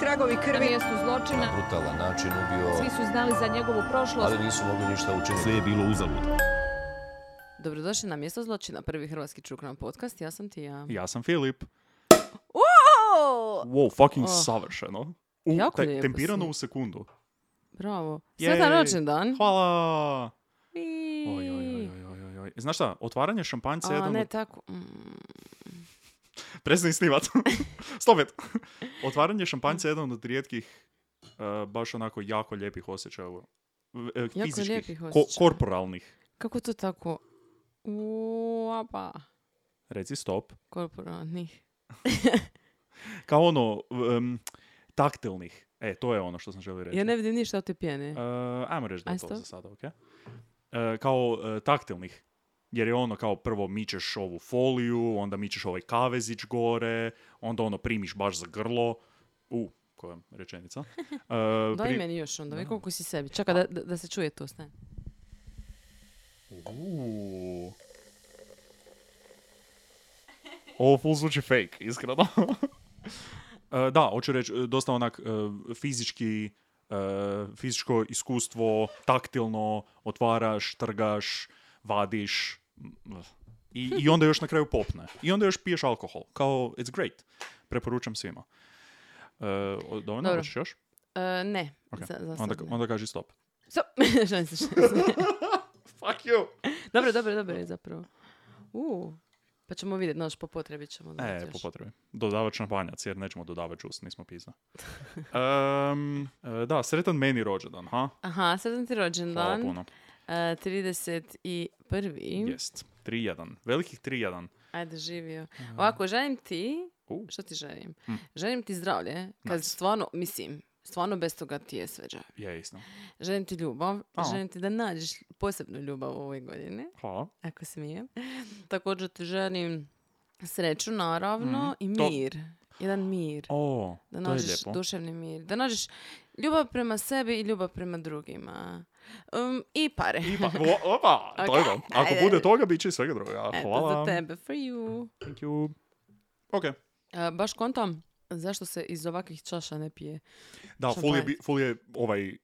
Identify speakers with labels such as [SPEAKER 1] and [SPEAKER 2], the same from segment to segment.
[SPEAKER 1] tragovi
[SPEAKER 2] Na
[SPEAKER 1] krvi.
[SPEAKER 2] mjestu zločina
[SPEAKER 3] brutalan način ubio,
[SPEAKER 2] svi su znali za njegovu prošlost.
[SPEAKER 3] ali nisu mogli ništa učiniti.
[SPEAKER 4] Sve je bilo uzalud.
[SPEAKER 5] Dobrodošli na mjesto zločina, prvi hrvatski čukran podcast, ja sam ti ja.
[SPEAKER 4] Ja sam Filip.
[SPEAKER 5] O,
[SPEAKER 4] Wow, fucking
[SPEAKER 5] Oh.
[SPEAKER 4] savršeno. U,
[SPEAKER 5] Jako lijepo
[SPEAKER 4] tempirano
[SPEAKER 5] si.
[SPEAKER 4] u sekundu.
[SPEAKER 5] bravo.
[SPEAKER 4] Jej.
[SPEAKER 5] Sretan rođendan.
[SPEAKER 4] Hvala!
[SPEAKER 5] Ui.
[SPEAKER 4] Oj, oj, oj, oj, oj, oj, oj. Znaš šta, otvaranje šampanjca je
[SPEAKER 5] A,
[SPEAKER 4] jedan
[SPEAKER 5] ne
[SPEAKER 4] od...
[SPEAKER 5] tako. mm,
[SPEAKER 4] Prestani snimat. Stop it. Otvaranje šampanjca je jedan od rijetkih, eh, baš onako jako lijepih osjećaja. u- v- eh,
[SPEAKER 5] Jako
[SPEAKER 4] fizičkih,
[SPEAKER 5] lijepih
[SPEAKER 4] ko-
[SPEAKER 5] osjećaja.
[SPEAKER 4] korporalnih.
[SPEAKER 5] kako to tako? Uapa.
[SPEAKER 4] Reci stop.
[SPEAKER 5] Korporalnih.
[SPEAKER 4] Kao ono, em, taktilnih. E, to je ono što sam želio reći.
[SPEAKER 5] Ja ne vidim ništa od te pjene.
[SPEAKER 4] Uh, ajmo reći da je
[SPEAKER 5] Aj,
[SPEAKER 4] to
[SPEAKER 5] stop.
[SPEAKER 4] za sada, ok? Uh, kao uh, taktilnih. Jer je ono kao prvo mičeš ovu foliju, onda mičeš ovaj kavezić gore, onda ono primiš baš za grlo. U, koja rečenica. Uh,
[SPEAKER 5] Daj
[SPEAKER 4] pri-
[SPEAKER 5] meni još onda, vi
[SPEAKER 4] Da.
[SPEAKER 5] koliko si sebi. Čekaj da, da, da se čuje to, stani.
[SPEAKER 4] U. Ovo full zvuči fake, iskreno. E, da, hoću reći, e, dosta onak e, fizički, e, fizičko iskustvo, taktilno, otvaraš, trgaš, vadiš. m, eh. I, I onda još na kraju popne. I onda još piješ alkohol. Kao, it's great. Preporučam svima. E, o- dovoljno,
[SPEAKER 5] Dobro.
[SPEAKER 4] hoćeš još?
[SPEAKER 5] E, ne,
[SPEAKER 4] Ok,
[SPEAKER 5] za, za
[SPEAKER 4] onda,
[SPEAKER 5] sad ne.
[SPEAKER 4] onda kaži stop. E,
[SPEAKER 5] Stop! Šalim se, šalim se.
[SPEAKER 4] Fuck you!
[SPEAKER 5] Dobro, dobro, dobro je zapravo. U, pa ćemo vidjeti, naš po potrebi ćemo.
[SPEAKER 4] E,
[SPEAKER 5] dodati još.
[SPEAKER 4] po potrebi. Dodavat šampanjac, jer nećemo dodavati džus, nismo pizda. Em, e, da, sretan meni rođendan, ha?
[SPEAKER 5] Aha, sretan ti
[SPEAKER 4] Hvala
[SPEAKER 5] rođendan.
[SPEAKER 4] puno.
[SPEAKER 5] E, 31.
[SPEAKER 4] Jest. 3-1. Velikih 3-1.
[SPEAKER 5] Ajde, živio. Ovako, želim ti,
[SPEAKER 4] U. Hm.
[SPEAKER 5] što ti želim? Želim ti zdravlje, kad
[SPEAKER 4] Nice.
[SPEAKER 5] stvarno, mislim, stvarno bez toga ti je sveđa.
[SPEAKER 4] Je, istina.
[SPEAKER 5] Želim ti ljubav,
[SPEAKER 4] A.
[SPEAKER 5] želim ti da nađeš posebnu ljubav u ovoj godini,
[SPEAKER 4] Hvala.
[SPEAKER 5] ako smijem. Također ti želim sreću, naravno, i
[SPEAKER 4] Mhm. To-
[SPEAKER 5] mir. Jedan mir.
[SPEAKER 4] O,
[SPEAKER 5] Da
[SPEAKER 4] to je
[SPEAKER 5] nađeš
[SPEAKER 4] lijepo.
[SPEAKER 5] duševni mir. Da nađeš ljubav prema sebi i ljubav prema drugima. Um, I pare.
[SPEAKER 4] I pa- o- opa, to je to. Ako
[SPEAKER 5] ajde.
[SPEAKER 4] bude toga, bit će i svega druga.
[SPEAKER 5] Eto,
[SPEAKER 4] Hvala.
[SPEAKER 5] za tebe, for you.
[SPEAKER 4] Thank you. Ok.
[SPEAKER 5] E, baš kontam zašto se iz ovakvih čaša ne pije.
[SPEAKER 4] Da, full je,
[SPEAKER 5] Šampanjac.
[SPEAKER 4] bi- full je ovaj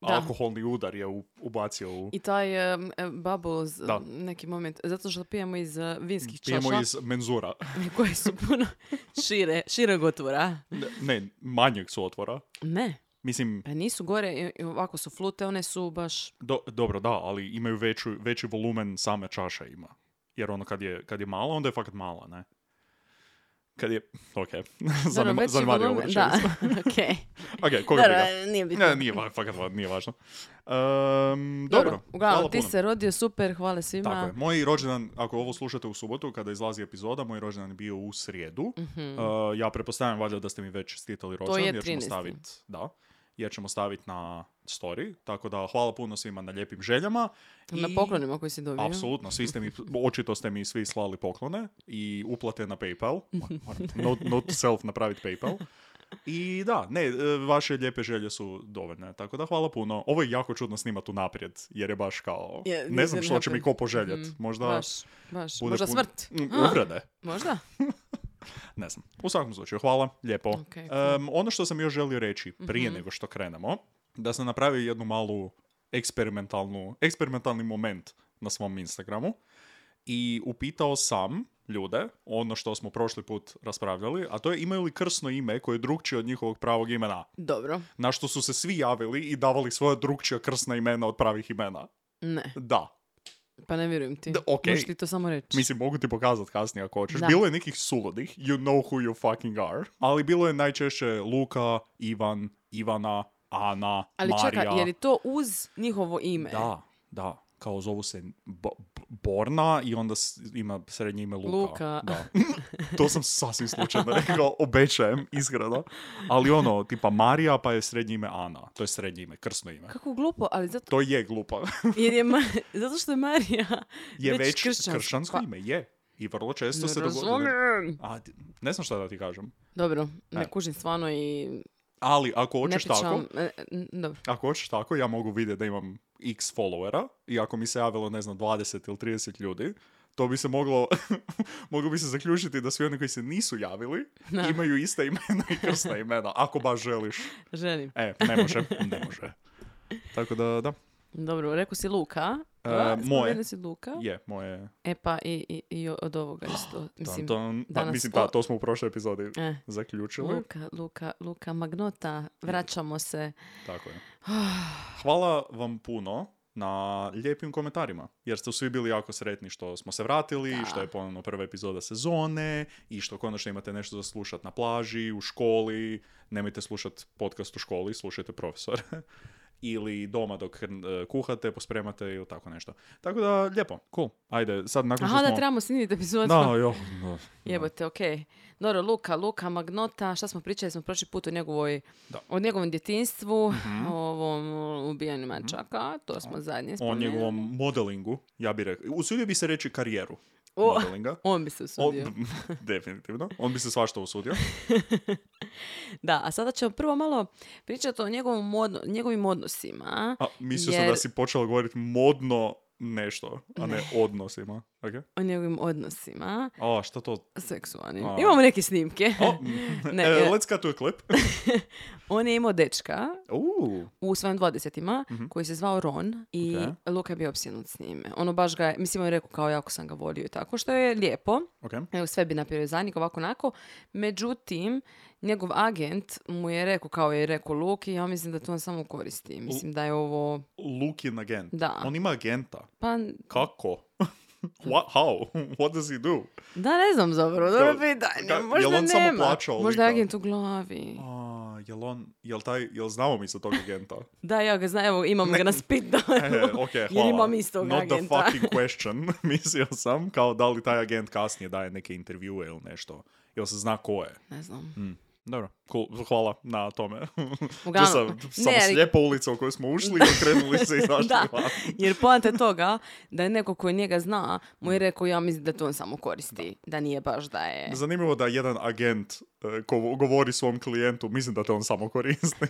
[SPEAKER 5] Da.
[SPEAKER 4] alkoholni udar je u- ubacio u...
[SPEAKER 5] I taj um, e, bubbles,
[SPEAKER 4] Da.
[SPEAKER 5] um, neki moment, zato što pijemo iz uh, vinskih
[SPEAKER 4] Pijemo
[SPEAKER 5] čaša
[SPEAKER 4] iz menzura.
[SPEAKER 5] koje su puno šire, širog otvora.
[SPEAKER 4] Ne, ne, manjeg su otvora.
[SPEAKER 5] Ne,
[SPEAKER 4] Mislim,
[SPEAKER 5] pa nisu gore, i- i ovako su flute, one su baš...
[SPEAKER 4] Do- dobro, da, ali imaju veću, veći volumen same čaša ima. Jer ono kad je, kad je mala, onda je fakat mala, ne? Kad je, ok,
[SPEAKER 5] Dobro,
[SPEAKER 4] Zanema,
[SPEAKER 5] veći
[SPEAKER 4] zanemario ovo
[SPEAKER 5] volumen- Da,
[SPEAKER 4] rečenicu.
[SPEAKER 5] okej.
[SPEAKER 4] Ok, koga
[SPEAKER 5] Dobro,
[SPEAKER 4] briga?
[SPEAKER 5] nije bitno.
[SPEAKER 4] Ne, nije, va- fakat va- nije važno. Ehm, dobro,
[SPEAKER 5] uglavnom,
[SPEAKER 4] hvala
[SPEAKER 5] ti
[SPEAKER 4] puno.
[SPEAKER 5] se rodio super, hvala svima.
[SPEAKER 4] Tako je. Moj rođendan, ako ovo slušate u subotu, kada izlazi epizoda, moj rođendan je bio u srijedu. E, ja prepostavljam valjda da ste mi već stitali rođendan,
[SPEAKER 5] Mhm. je
[SPEAKER 4] jer ćemo
[SPEAKER 5] 13..
[SPEAKER 4] staviti, da, jer ćemo staviti na story. Tako da hvala puno svima na lijepim željama.
[SPEAKER 5] Na
[SPEAKER 4] i-
[SPEAKER 5] poklonima koji si dobio.
[SPEAKER 4] Apsolutno, svi ste mi, očito ste mi svi slali poklone i uplate na PayPal. Moram Note, note self napraviti PayPal. I da, ne, e, vaše lijepe želje su dovoljne, tako da hvala puno. Ovo je jako čudno snimat unaprijed, jer je baš kao,
[SPEAKER 5] Je,
[SPEAKER 4] ne znam
[SPEAKER 5] nisam
[SPEAKER 4] što će mi
[SPEAKER 5] happy.
[SPEAKER 4] ko poželjet.
[SPEAKER 5] Mhm,
[SPEAKER 4] Možda
[SPEAKER 5] Baš, baš.
[SPEAKER 4] bude
[SPEAKER 5] Možda
[SPEAKER 4] pun-
[SPEAKER 5] smrt.
[SPEAKER 4] Mm, Uvrede,
[SPEAKER 5] Možda?
[SPEAKER 4] ne znam. U svakom slučaju, hvala, lijepo.
[SPEAKER 5] Ok, cool. Mhm.
[SPEAKER 4] Em, ono što sam još želio reći prije nego što krenemo, da sam napravio jednu malu eksperimentalnu, eksperimentalni moment na svom Instagramu i upitao sam ljude ono što smo prošli put raspravljali, a to je imaju li krsno ime koje je drugčije od njihovog pravog imena,
[SPEAKER 5] Dobro.
[SPEAKER 4] na što su se svi javili i davali svoja drugčija krsna imena od pravih imena.
[SPEAKER 5] Ne,
[SPEAKER 4] Da.
[SPEAKER 5] pa ne vjerujem ti.
[SPEAKER 4] Da, okej.
[SPEAKER 5] Možeš ti to samo reći.
[SPEAKER 4] Mislim, mogu ti pokazati kasnije ako hoćeš.
[SPEAKER 5] Znači- Da.
[SPEAKER 4] Bilo je nekih suludih, you know who you fucking are, ali bilo je najčešće Luka, Ivan, Ivana, Ana,
[SPEAKER 5] Ali
[SPEAKER 4] Marija.
[SPEAKER 5] čekaj, je li to uz njihovo ime?
[SPEAKER 4] Da, da. Kao zovu se B- B- Borna i onda s- ima srednje ime Luka.
[SPEAKER 5] Luka.
[SPEAKER 4] Da. to sam sasvim slučajno rekao, obećajem, iskreno. Ali ono, tipa Marija pa je srednje ime Ana. To je srednje ime, krsno ime.
[SPEAKER 5] Kako glupo, ali zato,
[SPEAKER 4] To je glupa.
[SPEAKER 5] jer je, Ma- zato što je Marija
[SPEAKER 4] je već,
[SPEAKER 5] kršćansko.
[SPEAKER 4] kršćansko, ime, je. I vrlo često
[SPEAKER 5] pa- Ne
[SPEAKER 4] se dogodi.
[SPEAKER 5] razumijem.
[SPEAKER 4] A, ti- ne znam šta da ti kažem.
[SPEAKER 5] Dobro, ne
[SPEAKER 4] E.
[SPEAKER 5] kužim stvarno i
[SPEAKER 4] Ali ako
[SPEAKER 5] ne
[SPEAKER 4] hoćeš tako,
[SPEAKER 5] pričam. e, n- Dobro,
[SPEAKER 4] ako hoćeš tako, ja mogu vidjeti da imam x followera i ako mi se javilo, ne znam, 20 ili 30 ljudi, to bi se moglo, moglo bi se zaključiti da svi oni koji se nisu javili imaju ista imena i krsna imena, ako baš želiš.
[SPEAKER 5] Želim.
[SPEAKER 4] E, ne može, ne može. Tako da, da,
[SPEAKER 5] Dobro, rekao si Luka.
[SPEAKER 4] E,
[SPEAKER 5] Da,
[SPEAKER 4] moje.
[SPEAKER 5] spomenuo si Luka.
[SPEAKER 4] je, moje...
[SPEAKER 5] E pa i, i, i od ovoga isto. Mislim,
[SPEAKER 4] tam, tam. Pa,
[SPEAKER 5] danas
[SPEAKER 4] mislim,
[SPEAKER 5] o-
[SPEAKER 4] da, to smo u prošloj epizodi
[SPEAKER 5] eh,
[SPEAKER 4] zaključili.
[SPEAKER 5] Luka, Luka, Luka Magnota, vraćamo se.
[SPEAKER 4] Tako je. Hvala vam puno na lijepim komentarima, jer ste svi bili jako sretni što smo se vratili, što je ponovno prva epizoda sezone i što konačno imate nešto za slušat na plaži, u školi, nemojte slušat podcast u školi, slušajte profesor. ili doma dok hrn- e, kuhate, pospremate ili tako nešto. Tako da, lijepo, cool. Ajde, sad nakon što
[SPEAKER 5] Aha, da
[SPEAKER 4] smo...
[SPEAKER 5] trebamo snimiti epizodu.
[SPEAKER 4] Da, jo, da, da.
[SPEAKER 5] Jebote, okej. Dobro, Luka, Luka Magnota, šta smo pričali, smo prošli put o njegovoj,
[SPEAKER 4] Da. Mhm.
[SPEAKER 5] o njegovom djetinstvu, o ovom ubijanju mačaka, to smo zadnje
[SPEAKER 4] o
[SPEAKER 5] spomenuli.
[SPEAKER 4] njegovom modelingu, ja bih rekao, usudio bi se reći karijeru
[SPEAKER 5] O,
[SPEAKER 4] modelinga.
[SPEAKER 5] On bi se
[SPEAKER 4] O,
[SPEAKER 5] usudio.
[SPEAKER 4] definitivno. On bi se svašta usudio.
[SPEAKER 5] Da, a sada ćemo prvo malo pričati o njegovom modno- njegovim odnosima.
[SPEAKER 4] A, mislio sam
[SPEAKER 5] Jer-
[SPEAKER 4] da si počela govoriti modno nešto, a ne odnosima. Okay.
[SPEAKER 5] O njegovim odnosima
[SPEAKER 4] A, šta to?
[SPEAKER 5] seksualnim.
[SPEAKER 4] A.
[SPEAKER 5] Imamo neke snimke.
[SPEAKER 4] O,
[SPEAKER 5] Ne,
[SPEAKER 4] e,
[SPEAKER 5] e.
[SPEAKER 4] let's cut to a clip.
[SPEAKER 5] On je imao dečka
[SPEAKER 4] Uuu.
[SPEAKER 5] u svojim dvadesetima koji se zvao Ron i
[SPEAKER 4] Mhm. Ok.
[SPEAKER 5] Luka je bio opsjenut s njime. Ono baš ga je, mislim on je rekao kao jako sam ga volio i tako, što je lijepo.
[SPEAKER 4] Ok.
[SPEAKER 5] Evo, sve bi napravio za njega, ovako onako. Međutim, njegov agent mu je rekao, kao je rekao Luki, ja mislim da to on samo koristi. Mislim da je ovo,
[SPEAKER 4] Lukin agent.
[SPEAKER 5] Da.
[SPEAKER 4] On ima agenta.
[SPEAKER 5] pa
[SPEAKER 4] Kako? What, how? What does he do?
[SPEAKER 5] da ne znam zapravo,
[SPEAKER 4] Kao-
[SPEAKER 5] dobro pitanje,
[SPEAKER 4] ka-
[SPEAKER 5] možda
[SPEAKER 4] jel on samo
[SPEAKER 5] nema.
[SPEAKER 4] plaćao lika?
[SPEAKER 5] možda je agent u glavi.
[SPEAKER 4] A, jel on, jel taj, jel znamo mi za tog agenta?
[SPEAKER 5] Da, ja ga znam, evo imam ga na speed
[SPEAKER 4] E,
[SPEAKER 5] dialu.
[SPEAKER 4] ok, hvala.
[SPEAKER 5] Jer imam istog
[SPEAKER 4] Not
[SPEAKER 5] agenta.
[SPEAKER 4] the fucking question. Mislio sam kao da li taj agent kasnije daje neke intervjue ili nešto. Jel se zna ko je?
[SPEAKER 5] Ne znam.
[SPEAKER 4] Dobro, cool. hvala na tome.
[SPEAKER 5] Uglavnom,
[SPEAKER 4] Uglavnom, sam,
[SPEAKER 5] ne,
[SPEAKER 4] samo
[SPEAKER 5] ali-
[SPEAKER 4] slijepa ulica u kojoj smo ušli i okrenuli se i zašli
[SPEAKER 5] Da,
[SPEAKER 4] van.
[SPEAKER 5] jer poanta je toga da je neko koji njega zna mu je
[SPEAKER 4] Mm.
[SPEAKER 5] rekao ja mislim da to on samo koristi, da, nije baš da je...
[SPEAKER 4] Zanimljivo da jedan agent e, ko govori svom klijentu, mislim da te on samo koristi.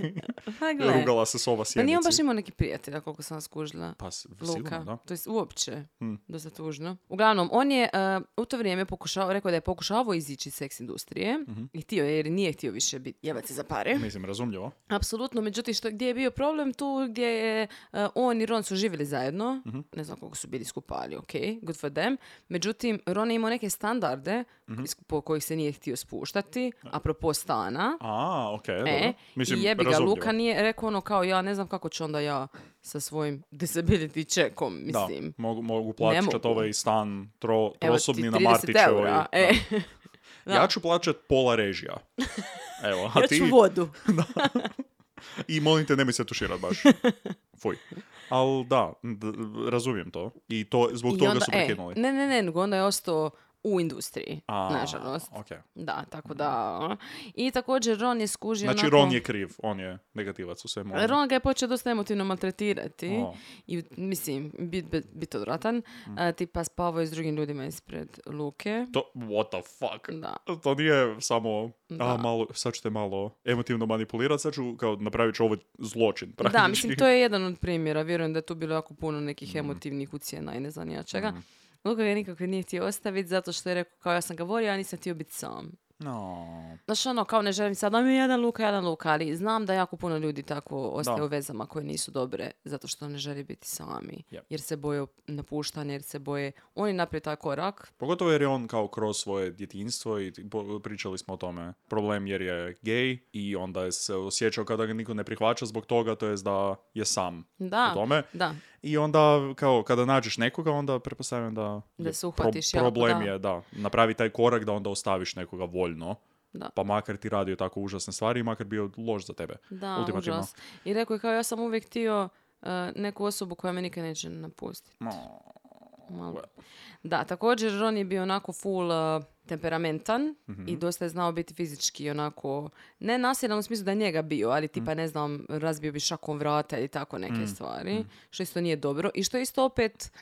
[SPEAKER 5] Pa gle,
[SPEAKER 4] Rugala se sova
[SPEAKER 5] pa nije on baš
[SPEAKER 4] sjenici.
[SPEAKER 5] imao neki prijatelja koliko sam skužila.
[SPEAKER 4] Pa, s- sigurno,
[SPEAKER 5] Luka,
[SPEAKER 4] da. Mm.
[SPEAKER 5] to jest uopće, dosta tužno. Uglavnom, on je e, u to vrijeme pokušao, rekao da je pokušavao izići iz seks industrije
[SPEAKER 4] Mhm.
[SPEAKER 5] i htio je jer nije htio više biti jebac se za pare.
[SPEAKER 4] Mislim, razumljivo.
[SPEAKER 5] Apsolutno, međutim, što, gdje je bio problem tu gdje je e, on i Ron su živjeli zajedno,
[SPEAKER 4] Mhm.
[SPEAKER 5] ne znam koliko su bili skupa, ali ok, good for them. Međutim, Ron je imao neke standarde
[SPEAKER 4] Mhm.
[SPEAKER 5] iz- po kojih se nije htio spuštati, apropo stana.
[SPEAKER 4] A, okej,
[SPEAKER 5] E,
[SPEAKER 4] dobro. Mislim,
[SPEAKER 5] i jebi ga,
[SPEAKER 4] razumljivo.
[SPEAKER 5] Luka nije rekao ono kao ja, ne znam kako ću onda ja sa svojim disability checkom,
[SPEAKER 4] Da,
[SPEAKER 5] mislim.
[SPEAKER 4] mogu, mogu
[SPEAKER 5] Ne
[SPEAKER 4] plaćat
[SPEAKER 5] mogu.
[SPEAKER 4] ovaj stan tro,
[SPEAKER 5] Evo ti
[SPEAKER 4] trosobni na
[SPEAKER 5] 30
[SPEAKER 4] Martićevoj.
[SPEAKER 5] eura,
[SPEAKER 4] Da.
[SPEAKER 5] e.
[SPEAKER 4] Ja ću plaćat pola režija. Evo, a
[SPEAKER 5] Ja
[SPEAKER 4] ti...
[SPEAKER 5] ću vodu.
[SPEAKER 4] I molim te, nemoj se tuširat baš. Fuj. Ali da, d- razumijem to. I to, zbog
[SPEAKER 5] I
[SPEAKER 4] toga
[SPEAKER 5] onda-
[SPEAKER 4] su
[SPEAKER 5] e,
[SPEAKER 4] prekinuli.
[SPEAKER 5] ne, ne, ne, nego onda je ostao u industriji,
[SPEAKER 4] A,
[SPEAKER 5] nažalost. Znači,
[SPEAKER 4] okej.
[SPEAKER 5] Da, tako da... ono. I također Ron je skužio
[SPEAKER 4] Znači,
[SPEAKER 5] onako-
[SPEAKER 4] Ron je kriv, on je negativac u svemu. ovome.
[SPEAKER 5] Ron ga je počeo dosta emotivno maltretirati
[SPEAKER 4] O. Mhm.
[SPEAKER 5] i mislim, bit, bit, bit odvratan, a, tipa spavao je s drugim ljudima ispred luke.
[SPEAKER 4] To, what the fuck?
[SPEAKER 5] Da.
[SPEAKER 4] To nije samo,
[SPEAKER 5] Da.
[SPEAKER 4] a malo, sad ću te malo emotivno manipulirati, sad ću kao napravit ću ovaj zločin.
[SPEAKER 5] Da, mislim, to je jedan od primjera. Vjerujem da je tu bilo jako puno
[SPEAKER 4] Mhm.
[SPEAKER 5] nekih emotivnih ucijena i ne znam ni ja čega. Luka ga nikako nije htio ostaviti zato što je rekao kao ja sam ga volio, ja nisam htio biti sam.
[SPEAKER 4] No.
[SPEAKER 5] Znaš ono, kao ne želim sad, da mi je jedan Luka, jedan Luka, ali znam da jako puno ljudi tako ostaje
[SPEAKER 4] Da.
[SPEAKER 5] u vezama koje nisu dobre zato što ne žele biti sami.
[SPEAKER 4] Yep.
[SPEAKER 5] Jer se boje napuštanja, jer se boje, oni naprije taj korak,
[SPEAKER 4] Pogotovo jer je on kao kroz svoje djetinjstvo i ti- po- pričali smo o tome. Problem jer je gej i onda je se osjećao kao da ga niko ne prihvaća zbog toga, to jest da je sam
[SPEAKER 5] Da,
[SPEAKER 4] u tome.
[SPEAKER 5] da.
[SPEAKER 4] I onda kao kada nađeš nekoga, onda pretpostavljam da,
[SPEAKER 5] Da
[SPEAKER 4] je
[SPEAKER 5] se uhvatiš jako,
[SPEAKER 4] problem
[SPEAKER 5] da.
[SPEAKER 4] je da napravi taj korak da onda ostaviš nekoga voljno.
[SPEAKER 5] Da.
[SPEAKER 4] Pa makar ti radio tako užasne stvari i makar bio loš za tebe.
[SPEAKER 5] Da,
[SPEAKER 4] ultimativno.
[SPEAKER 5] užas. I rekao je kao ja sam uvijek htio e, neku osobu koja me nikad neće napustiti.
[SPEAKER 4] No.
[SPEAKER 5] Malo. Da, također Ron je bio onako full e, temperamentan
[SPEAKER 4] Mhm.
[SPEAKER 5] i dosta je znao biti fizički onako, ne nasilan u smislu da je njega bio, ali
[SPEAKER 4] Mhm.
[SPEAKER 5] tipa ne znam,
[SPEAKER 4] Mhm.
[SPEAKER 5] razbio bi šakom vrata ili tako neke stvari, što isto nije dobro i što isto opet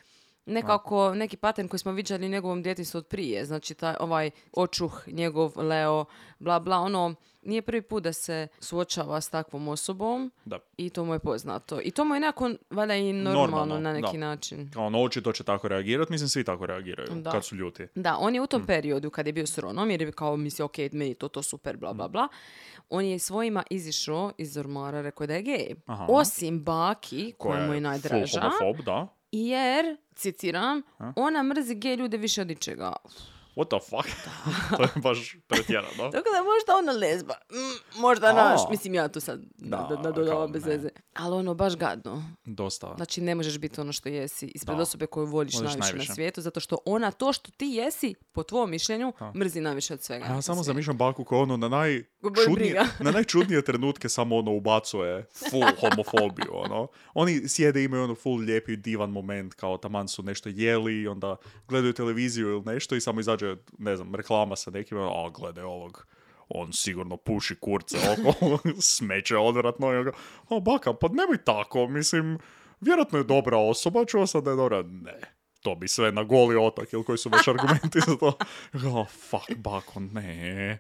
[SPEAKER 5] nekako neki pattern koji smo viđali u njegovom djetinstvu od prije. Znači taj ovaj očuh, njegov leo, bla bla, ono nije prvi put da se suočava s takvom osobom
[SPEAKER 4] Da.
[SPEAKER 5] i to mu je poznato. I to mu je nekako valjda i normalno,
[SPEAKER 4] Normalno,
[SPEAKER 5] na
[SPEAKER 4] da.
[SPEAKER 5] neki način.
[SPEAKER 4] Kao ono, očito će tako reagirati, mislim svi tako reagiraju
[SPEAKER 5] Da.
[SPEAKER 4] kad su ljuti.
[SPEAKER 5] Da, on je u
[SPEAKER 4] Mm.
[SPEAKER 5] tom periodu kad je bio s Ronom, jer je kao mislio, ok, meni je to, to super,
[SPEAKER 4] Mm.
[SPEAKER 5] bla, bla, bla. On je svojima izišao iz ormara, rekao je da je gej.
[SPEAKER 4] Aha.
[SPEAKER 5] Osim Baki, koja mu je
[SPEAKER 4] full
[SPEAKER 5] najdraža,
[SPEAKER 4] homofob, da.
[SPEAKER 5] jer, citiram, ona mrzi gej ljude više od ičega.
[SPEAKER 4] What the fuck? to je baš pretjerano.
[SPEAKER 5] Tako da možda ona lezba. Mm, možda
[SPEAKER 4] A.
[SPEAKER 5] naš. Mislim, ja tu sad da,
[SPEAKER 4] Da,
[SPEAKER 5] da, da,
[SPEAKER 4] kao
[SPEAKER 5] bez
[SPEAKER 4] ne.
[SPEAKER 5] veze. Ali ono, baš gadno.
[SPEAKER 4] Dosta.
[SPEAKER 5] Znači, ne možeš biti ono što jesi ispred
[SPEAKER 4] Da.
[SPEAKER 5] osobe koju voliš,
[SPEAKER 4] Voliš
[SPEAKER 5] najviše,
[SPEAKER 4] najviše.
[SPEAKER 5] na svijetu, zato što ona to što ti jesi, po tvojom mišljenju, mrzi najviše od svega.
[SPEAKER 4] Ja
[SPEAKER 5] na
[SPEAKER 4] samo
[SPEAKER 5] svijetu.
[SPEAKER 4] zamišljam Baku koja ono na
[SPEAKER 5] Ga boli
[SPEAKER 4] najčudnije,
[SPEAKER 5] briga.
[SPEAKER 4] na najčudnije trenutke samo ono ubacuje full homofobiju, ono. Oni sjede imaju ono full lijepi divan moment kao taman su nešto jeli i onda gledaju televiziju ili nešto i samo izađe, ne znam, reklama sa nekim, ono, a gledaj ovog on sigurno puši kurce oko, smeće odvratno i on ga, a baka, pa nemoj tako, mislim, vjerojatno je dobra osoba, čuo sam da je dobra, ne, to bi sve na goli otak, ili koji su već argumenti za to, oh, fuck, bako, ne,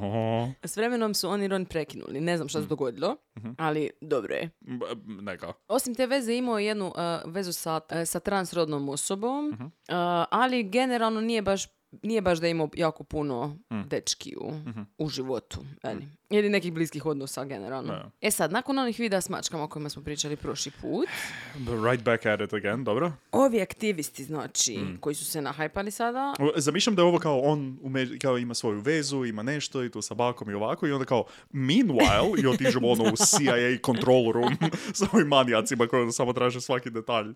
[SPEAKER 4] O,
[SPEAKER 5] S vremenom su oni Ron prekinuli. Ne znam što se dogodilo, ali dobro je.
[SPEAKER 4] b- neka,
[SPEAKER 5] Osim te veze imao je jednu eh, vezu sa, eh, sa transrodnom osobom, eh, ali generalno nije baš nije baš da je imao jako puno dečki u, u životu. jeli. Ili nekih bliskih odnosa generalno.
[SPEAKER 4] Da.
[SPEAKER 5] E sad, nakon onih videa s mačkama o kojima smo pričali prošli put,
[SPEAKER 4] right back at it again, dobro.
[SPEAKER 5] ovi aktivisti, znači, koji su se nahajpali sada,
[SPEAKER 4] Zamišljam da je ovo kao on ume- kao ima svoju vezu, ima nešto i tu sa bakom i ovako i onda kao meanwhile i otižemo ono u CIA control room sa ovim manijacima koji onda samo traže svaki detalj.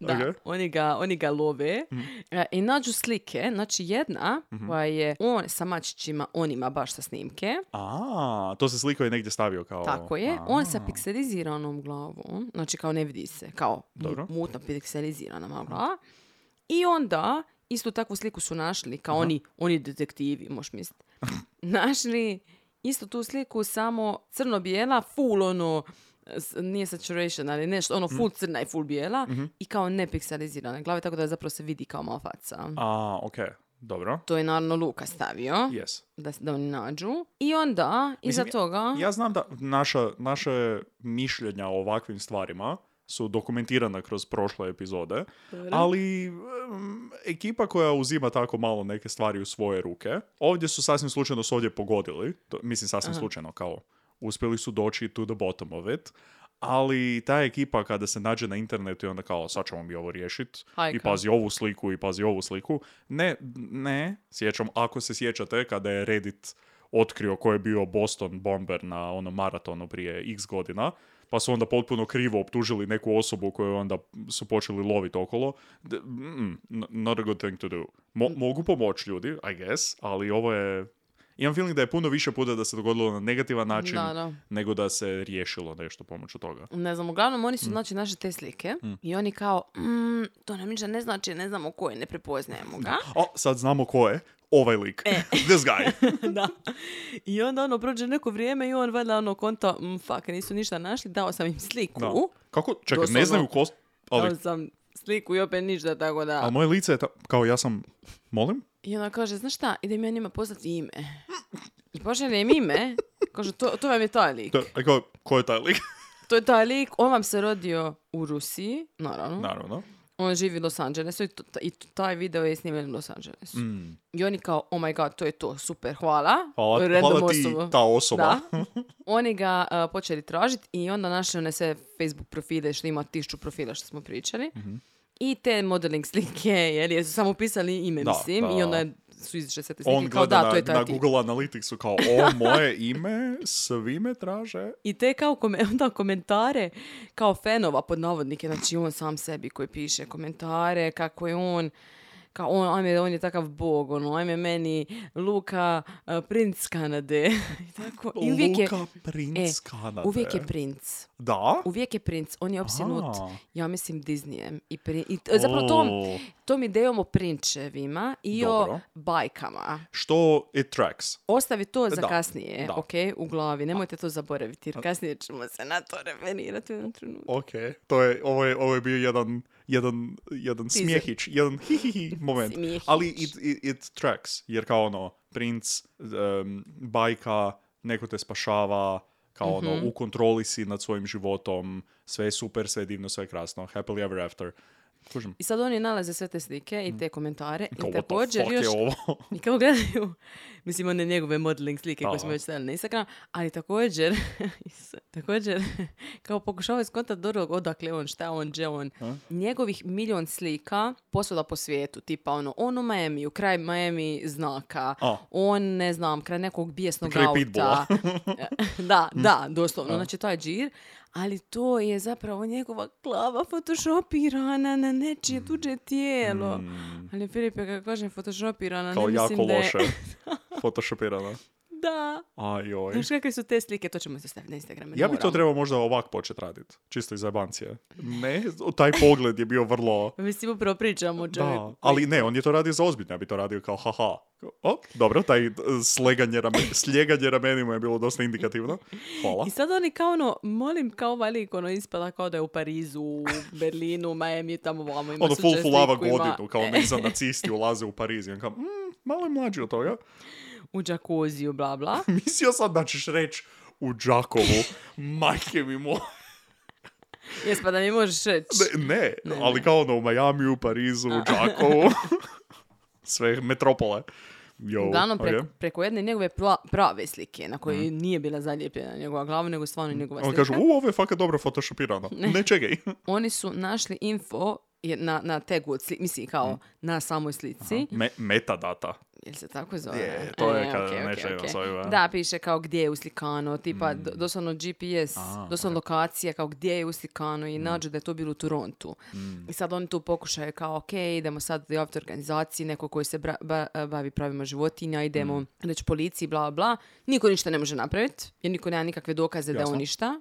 [SPEAKER 5] Da,
[SPEAKER 4] Ok?
[SPEAKER 5] oni, ga, oni ga love E, i nađu slike. Znači jedna koja je on sa mačićima, on ima baš sa snimke.
[SPEAKER 4] A, to se sliko je negdje stavio kao...
[SPEAKER 5] Tako je.
[SPEAKER 4] A,
[SPEAKER 5] On sa pikseliziranom glavom. Znači kao ne vidi se. Kao mu-
[SPEAKER 4] Dobro.
[SPEAKER 5] mutna pikselizirana mala glava. I onda istu takvu sliku su našli. Kao oni, oni detektivi, možeš misliti. našli istu tu sliku samo crno-bijela, full ono s- nije saturation, ali nešto,
[SPEAKER 4] Mhm.
[SPEAKER 5] ono full crna i full bijela i kao nepikselizirane glave, tako da zapravo se vidi kao mala faca.
[SPEAKER 4] A, ok, dobro.
[SPEAKER 5] To je naravno Luka stavio,
[SPEAKER 4] Yes.
[SPEAKER 5] da, s- da oni nađu. I onda, iza
[SPEAKER 4] Mislim, ja-
[SPEAKER 5] toga...
[SPEAKER 4] Ja znam da naša, naše mišljenja o ovakvim stvarima su dokumentirana kroz prošle epizode, ali em, ekipa koja uzima tako malo neke stvari u svoje ruke, ovdje su sasvim slučajno su ovdje pogodili, to, mislim sasvim slučajno kao uspjeli su doći to the bottom of it, ali ta ekipa kada se nađe na internetu i onda kao sad ćemo mi ovo riješit i pa
[SPEAKER 5] Hajka.
[SPEAKER 4] pazi ovu sliku i pazi ovu sliku. Ne, ne, sjećam, ako se sjećate kada je Reddit otkrio ko je bio Boston bomber na onom maratonu prije x godina, pa su onda potpuno krivo optužili neku osobu koju onda su počeli loviti okolo. D- mm, n- not a good thing to do. Mo- mogu pomoći ljudi, I guess, ali ovo je... Imam feeling da je puno više puta da se dogodilo na negativan način
[SPEAKER 5] Da, da.
[SPEAKER 4] nego da se riješilo nešto pomoću toga.
[SPEAKER 5] Ne znam, uglavnom oni su znači naše te slike i oni kao, "Mm, to nam ništa ne znači, ne znamo ko je, ne prepoznajemo ga.
[SPEAKER 4] O, sad znamo ko je. Ovaj lik.
[SPEAKER 5] E.
[SPEAKER 4] This guy.
[SPEAKER 5] da. I onda ono prođe neko vrijeme i on valjda ono konta, mm, fuck, nisu ništa našli, dao sam im sliku.
[SPEAKER 4] Da. Kako? Čekaj,
[SPEAKER 5] Doslovno.
[SPEAKER 4] ne znaju ko...
[SPEAKER 5] Dao
[SPEAKER 4] Ali,
[SPEAKER 5] sam sliku i opet ništa, tako da.
[SPEAKER 4] ali moje lice je ta- kao ja sam... Molim?
[SPEAKER 5] I ona kaže, znaš šta, idem ja njima poslati ime. I pošalje im ime, kaže, to, to vam je taj lik.
[SPEAKER 4] Da, a kao, ko je taj lik?
[SPEAKER 5] To je taj lik, on vam se rodio u Rusiji, naravno.
[SPEAKER 4] Naravno.
[SPEAKER 5] On živi u Los Angelesu i, to- i taj video je snimljen u Los Angelesu. I oni kao, oh my god, to je to, super, hvala.
[SPEAKER 4] Mm. Hvala,
[SPEAKER 5] Random
[SPEAKER 4] hvala ti
[SPEAKER 5] osoba.
[SPEAKER 4] ta osoba.
[SPEAKER 5] Da. Oni ga uh, počeli tražiti i onda našli one sve Facebook profile što ima tisuću profila što smo pričali.
[SPEAKER 4] Mhm.
[SPEAKER 5] I te modeling slike, jer je su samo pisali ime,
[SPEAKER 4] Da,
[SPEAKER 5] mislim,
[SPEAKER 4] da.
[SPEAKER 5] i onda je- su izišle sve te slike
[SPEAKER 4] On
[SPEAKER 5] kao
[SPEAKER 4] gleda
[SPEAKER 5] da,
[SPEAKER 4] na,
[SPEAKER 5] to je taj
[SPEAKER 4] na
[SPEAKER 5] tip.
[SPEAKER 4] Google Analyticsu kao, o, moje ime, svi me traže.
[SPEAKER 5] I te kao kome- onda komentare kao fenova pod navodnike, znači on sam sebi koji piše komentare, kako je on kao on, ajme, on je takav bog, ono, ajme meni Luka, eh, princ Kanade. I tako, i uvijek je, e,
[SPEAKER 4] Luka Prince Kanade.
[SPEAKER 5] uvijek je princ.
[SPEAKER 4] Da?
[SPEAKER 5] Uvijek je princ, on je opsjenut,
[SPEAKER 4] Aha.
[SPEAKER 5] ja mislim, Disneyem. I, pri- i t- zapravo tom,
[SPEAKER 4] O.
[SPEAKER 5] tom idejom o prinčevima i
[SPEAKER 4] Dobro.
[SPEAKER 5] o bajkama.
[SPEAKER 4] Što it tracks.
[SPEAKER 5] Ostavi to za
[SPEAKER 4] Da,
[SPEAKER 5] kasnije,
[SPEAKER 4] da.
[SPEAKER 5] ok, u glavi. Nemojte to zaboraviti jer kasnije ćemo se na to referirati u jednom trenutku.
[SPEAKER 4] Ok, to je, ovo je, ovo je bio jedan, jedan, jedan
[SPEAKER 5] Teaser.
[SPEAKER 4] smijehić, jedan hihihi moment.
[SPEAKER 5] Smijehić.
[SPEAKER 4] Ali it, it, it tracks, jer kao ono, princ, em, bajka, neko te spašava, kao
[SPEAKER 5] Mhm.
[SPEAKER 4] ono, u kontroli si nad svojim životom, sve je super, sve je divno, sve je krasno, happily ever after. Kužim,
[SPEAKER 5] I sad oni nalaze sve te slike i te komentare
[SPEAKER 4] kao what
[SPEAKER 5] i
[SPEAKER 4] the
[SPEAKER 5] također
[SPEAKER 4] Mm. fuck
[SPEAKER 5] još...
[SPEAKER 4] je ovo?
[SPEAKER 5] I kao gledaju, mislim, one njegove modeling slike koje smo
[SPEAKER 4] Aha.
[SPEAKER 5] već stavili na Instagram, ali također, Isuse, također, kao pokušavaju skontati dobro odakle on, šta on, gdje on. Njegovih milion slika posvuda po svijetu, tipa ono, on u Miami, u kraj Miami znaka,
[SPEAKER 4] A.
[SPEAKER 5] on, ne znam, kraj nekog bijesnog
[SPEAKER 4] Kraj
[SPEAKER 5] auta.
[SPEAKER 4] Pitbulla.
[SPEAKER 5] da,
[SPEAKER 4] Mm.
[SPEAKER 5] da, doslovno, znači taj džir. Ali to je zapravo njegova glava photoshopirana na
[SPEAKER 4] Mm.
[SPEAKER 5] nečije tuđe tijelo. Ali Filip je, kako kažem, photoshopirana,
[SPEAKER 4] Kao
[SPEAKER 5] ne
[SPEAKER 4] jako
[SPEAKER 5] mislim da je...
[SPEAKER 4] loše, photoshopirano.
[SPEAKER 5] Da.
[SPEAKER 4] Ajoj.
[SPEAKER 5] Znaš kakve su te slike, to ćemo se staviti na Instagram. jer
[SPEAKER 4] Ja bi to
[SPEAKER 5] moram.
[SPEAKER 4] trebao možda ovak počet radit, čisto iz zajebancije. Ne, taj pogled je bio vrlo...
[SPEAKER 5] Pa Mislim, upravo pričamo o
[SPEAKER 4] Da,
[SPEAKER 5] čovjeku.
[SPEAKER 4] ali ne, on je to radio za ozbiljno, ja bi to radio kao haha. O, dobro, taj eh, sleganje, rame, sljeganje ramenima je bilo dosta indikativno. Hvala.
[SPEAKER 5] I sad oni kao ono, molim, kao ovaj lik, ono, ispada kao da je u Parizu, u Berlinu, u Miami, tamo vamo ima
[SPEAKER 4] Ono
[SPEAKER 5] su
[SPEAKER 4] full
[SPEAKER 5] čest
[SPEAKER 4] fulava
[SPEAKER 5] sliku, ima-
[SPEAKER 4] godinu, kao niza nacisti ulaze u Pariz. I on kao, "Mm, malo je mlađi od toga.
[SPEAKER 5] U džakoziju, bla, bla.
[SPEAKER 4] Mislio sam da ćeš reći u Đakovu, majke mi moj.
[SPEAKER 5] Jes pa da mi možeš reći.
[SPEAKER 4] Ne, ne, ali kao ono u Majamiju, u Parizu, u Đakovu. Sve metropole. Jo,
[SPEAKER 5] Uglavnom,
[SPEAKER 4] okej.
[SPEAKER 5] preko, preko jedne njegove pla- prave slike, na kojoj nije bila zalijepljena njegova glava, nego stvarno njegova
[SPEAKER 4] Mhm. On
[SPEAKER 5] slika.
[SPEAKER 4] kaže, u, ovo je fakat dobro photoshopirano. Ne, čekaj.
[SPEAKER 5] Oni su našli info je- na, na tegu od sli- mislim kao
[SPEAKER 4] Mhm.
[SPEAKER 5] na samoj slici.
[SPEAKER 4] Me- metadata.
[SPEAKER 5] Jel se tako zove?
[SPEAKER 4] Je, to je
[SPEAKER 5] E,
[SPEAKER 4] kada
[SPEAKER 5] okej, okej,
[SPEAKER 4] nešto ima
[SPEAKER 5] okej.
[SPEAKER 4] svoju, a?
[SPEAKER 5] Da, piše kao gdje je uslikano,
[SPEAKER 4] Mm.
[SPEAKER 5] tipa do- doslovno GPS, doslovno lokacija kao gdje je uslikano
[SPEAKER 4] Mm.
[SPEAKER 5] i nađu da je to bilo u Torontu. I sad oni tu pokušaju kao, ok, idemo sad do javte organizaciji, neko koji se bra- ba- bavi pravima životinja, idemo
[SPEAKER 4] Mm.
[SPEAKER 5] reći policiji, bla, bla. Niko ništa ne može napraviti, jer niko nema nikakve dokaze da je
[SPEAKER 4] Jasno.
[SPEAKER 5] on ništa.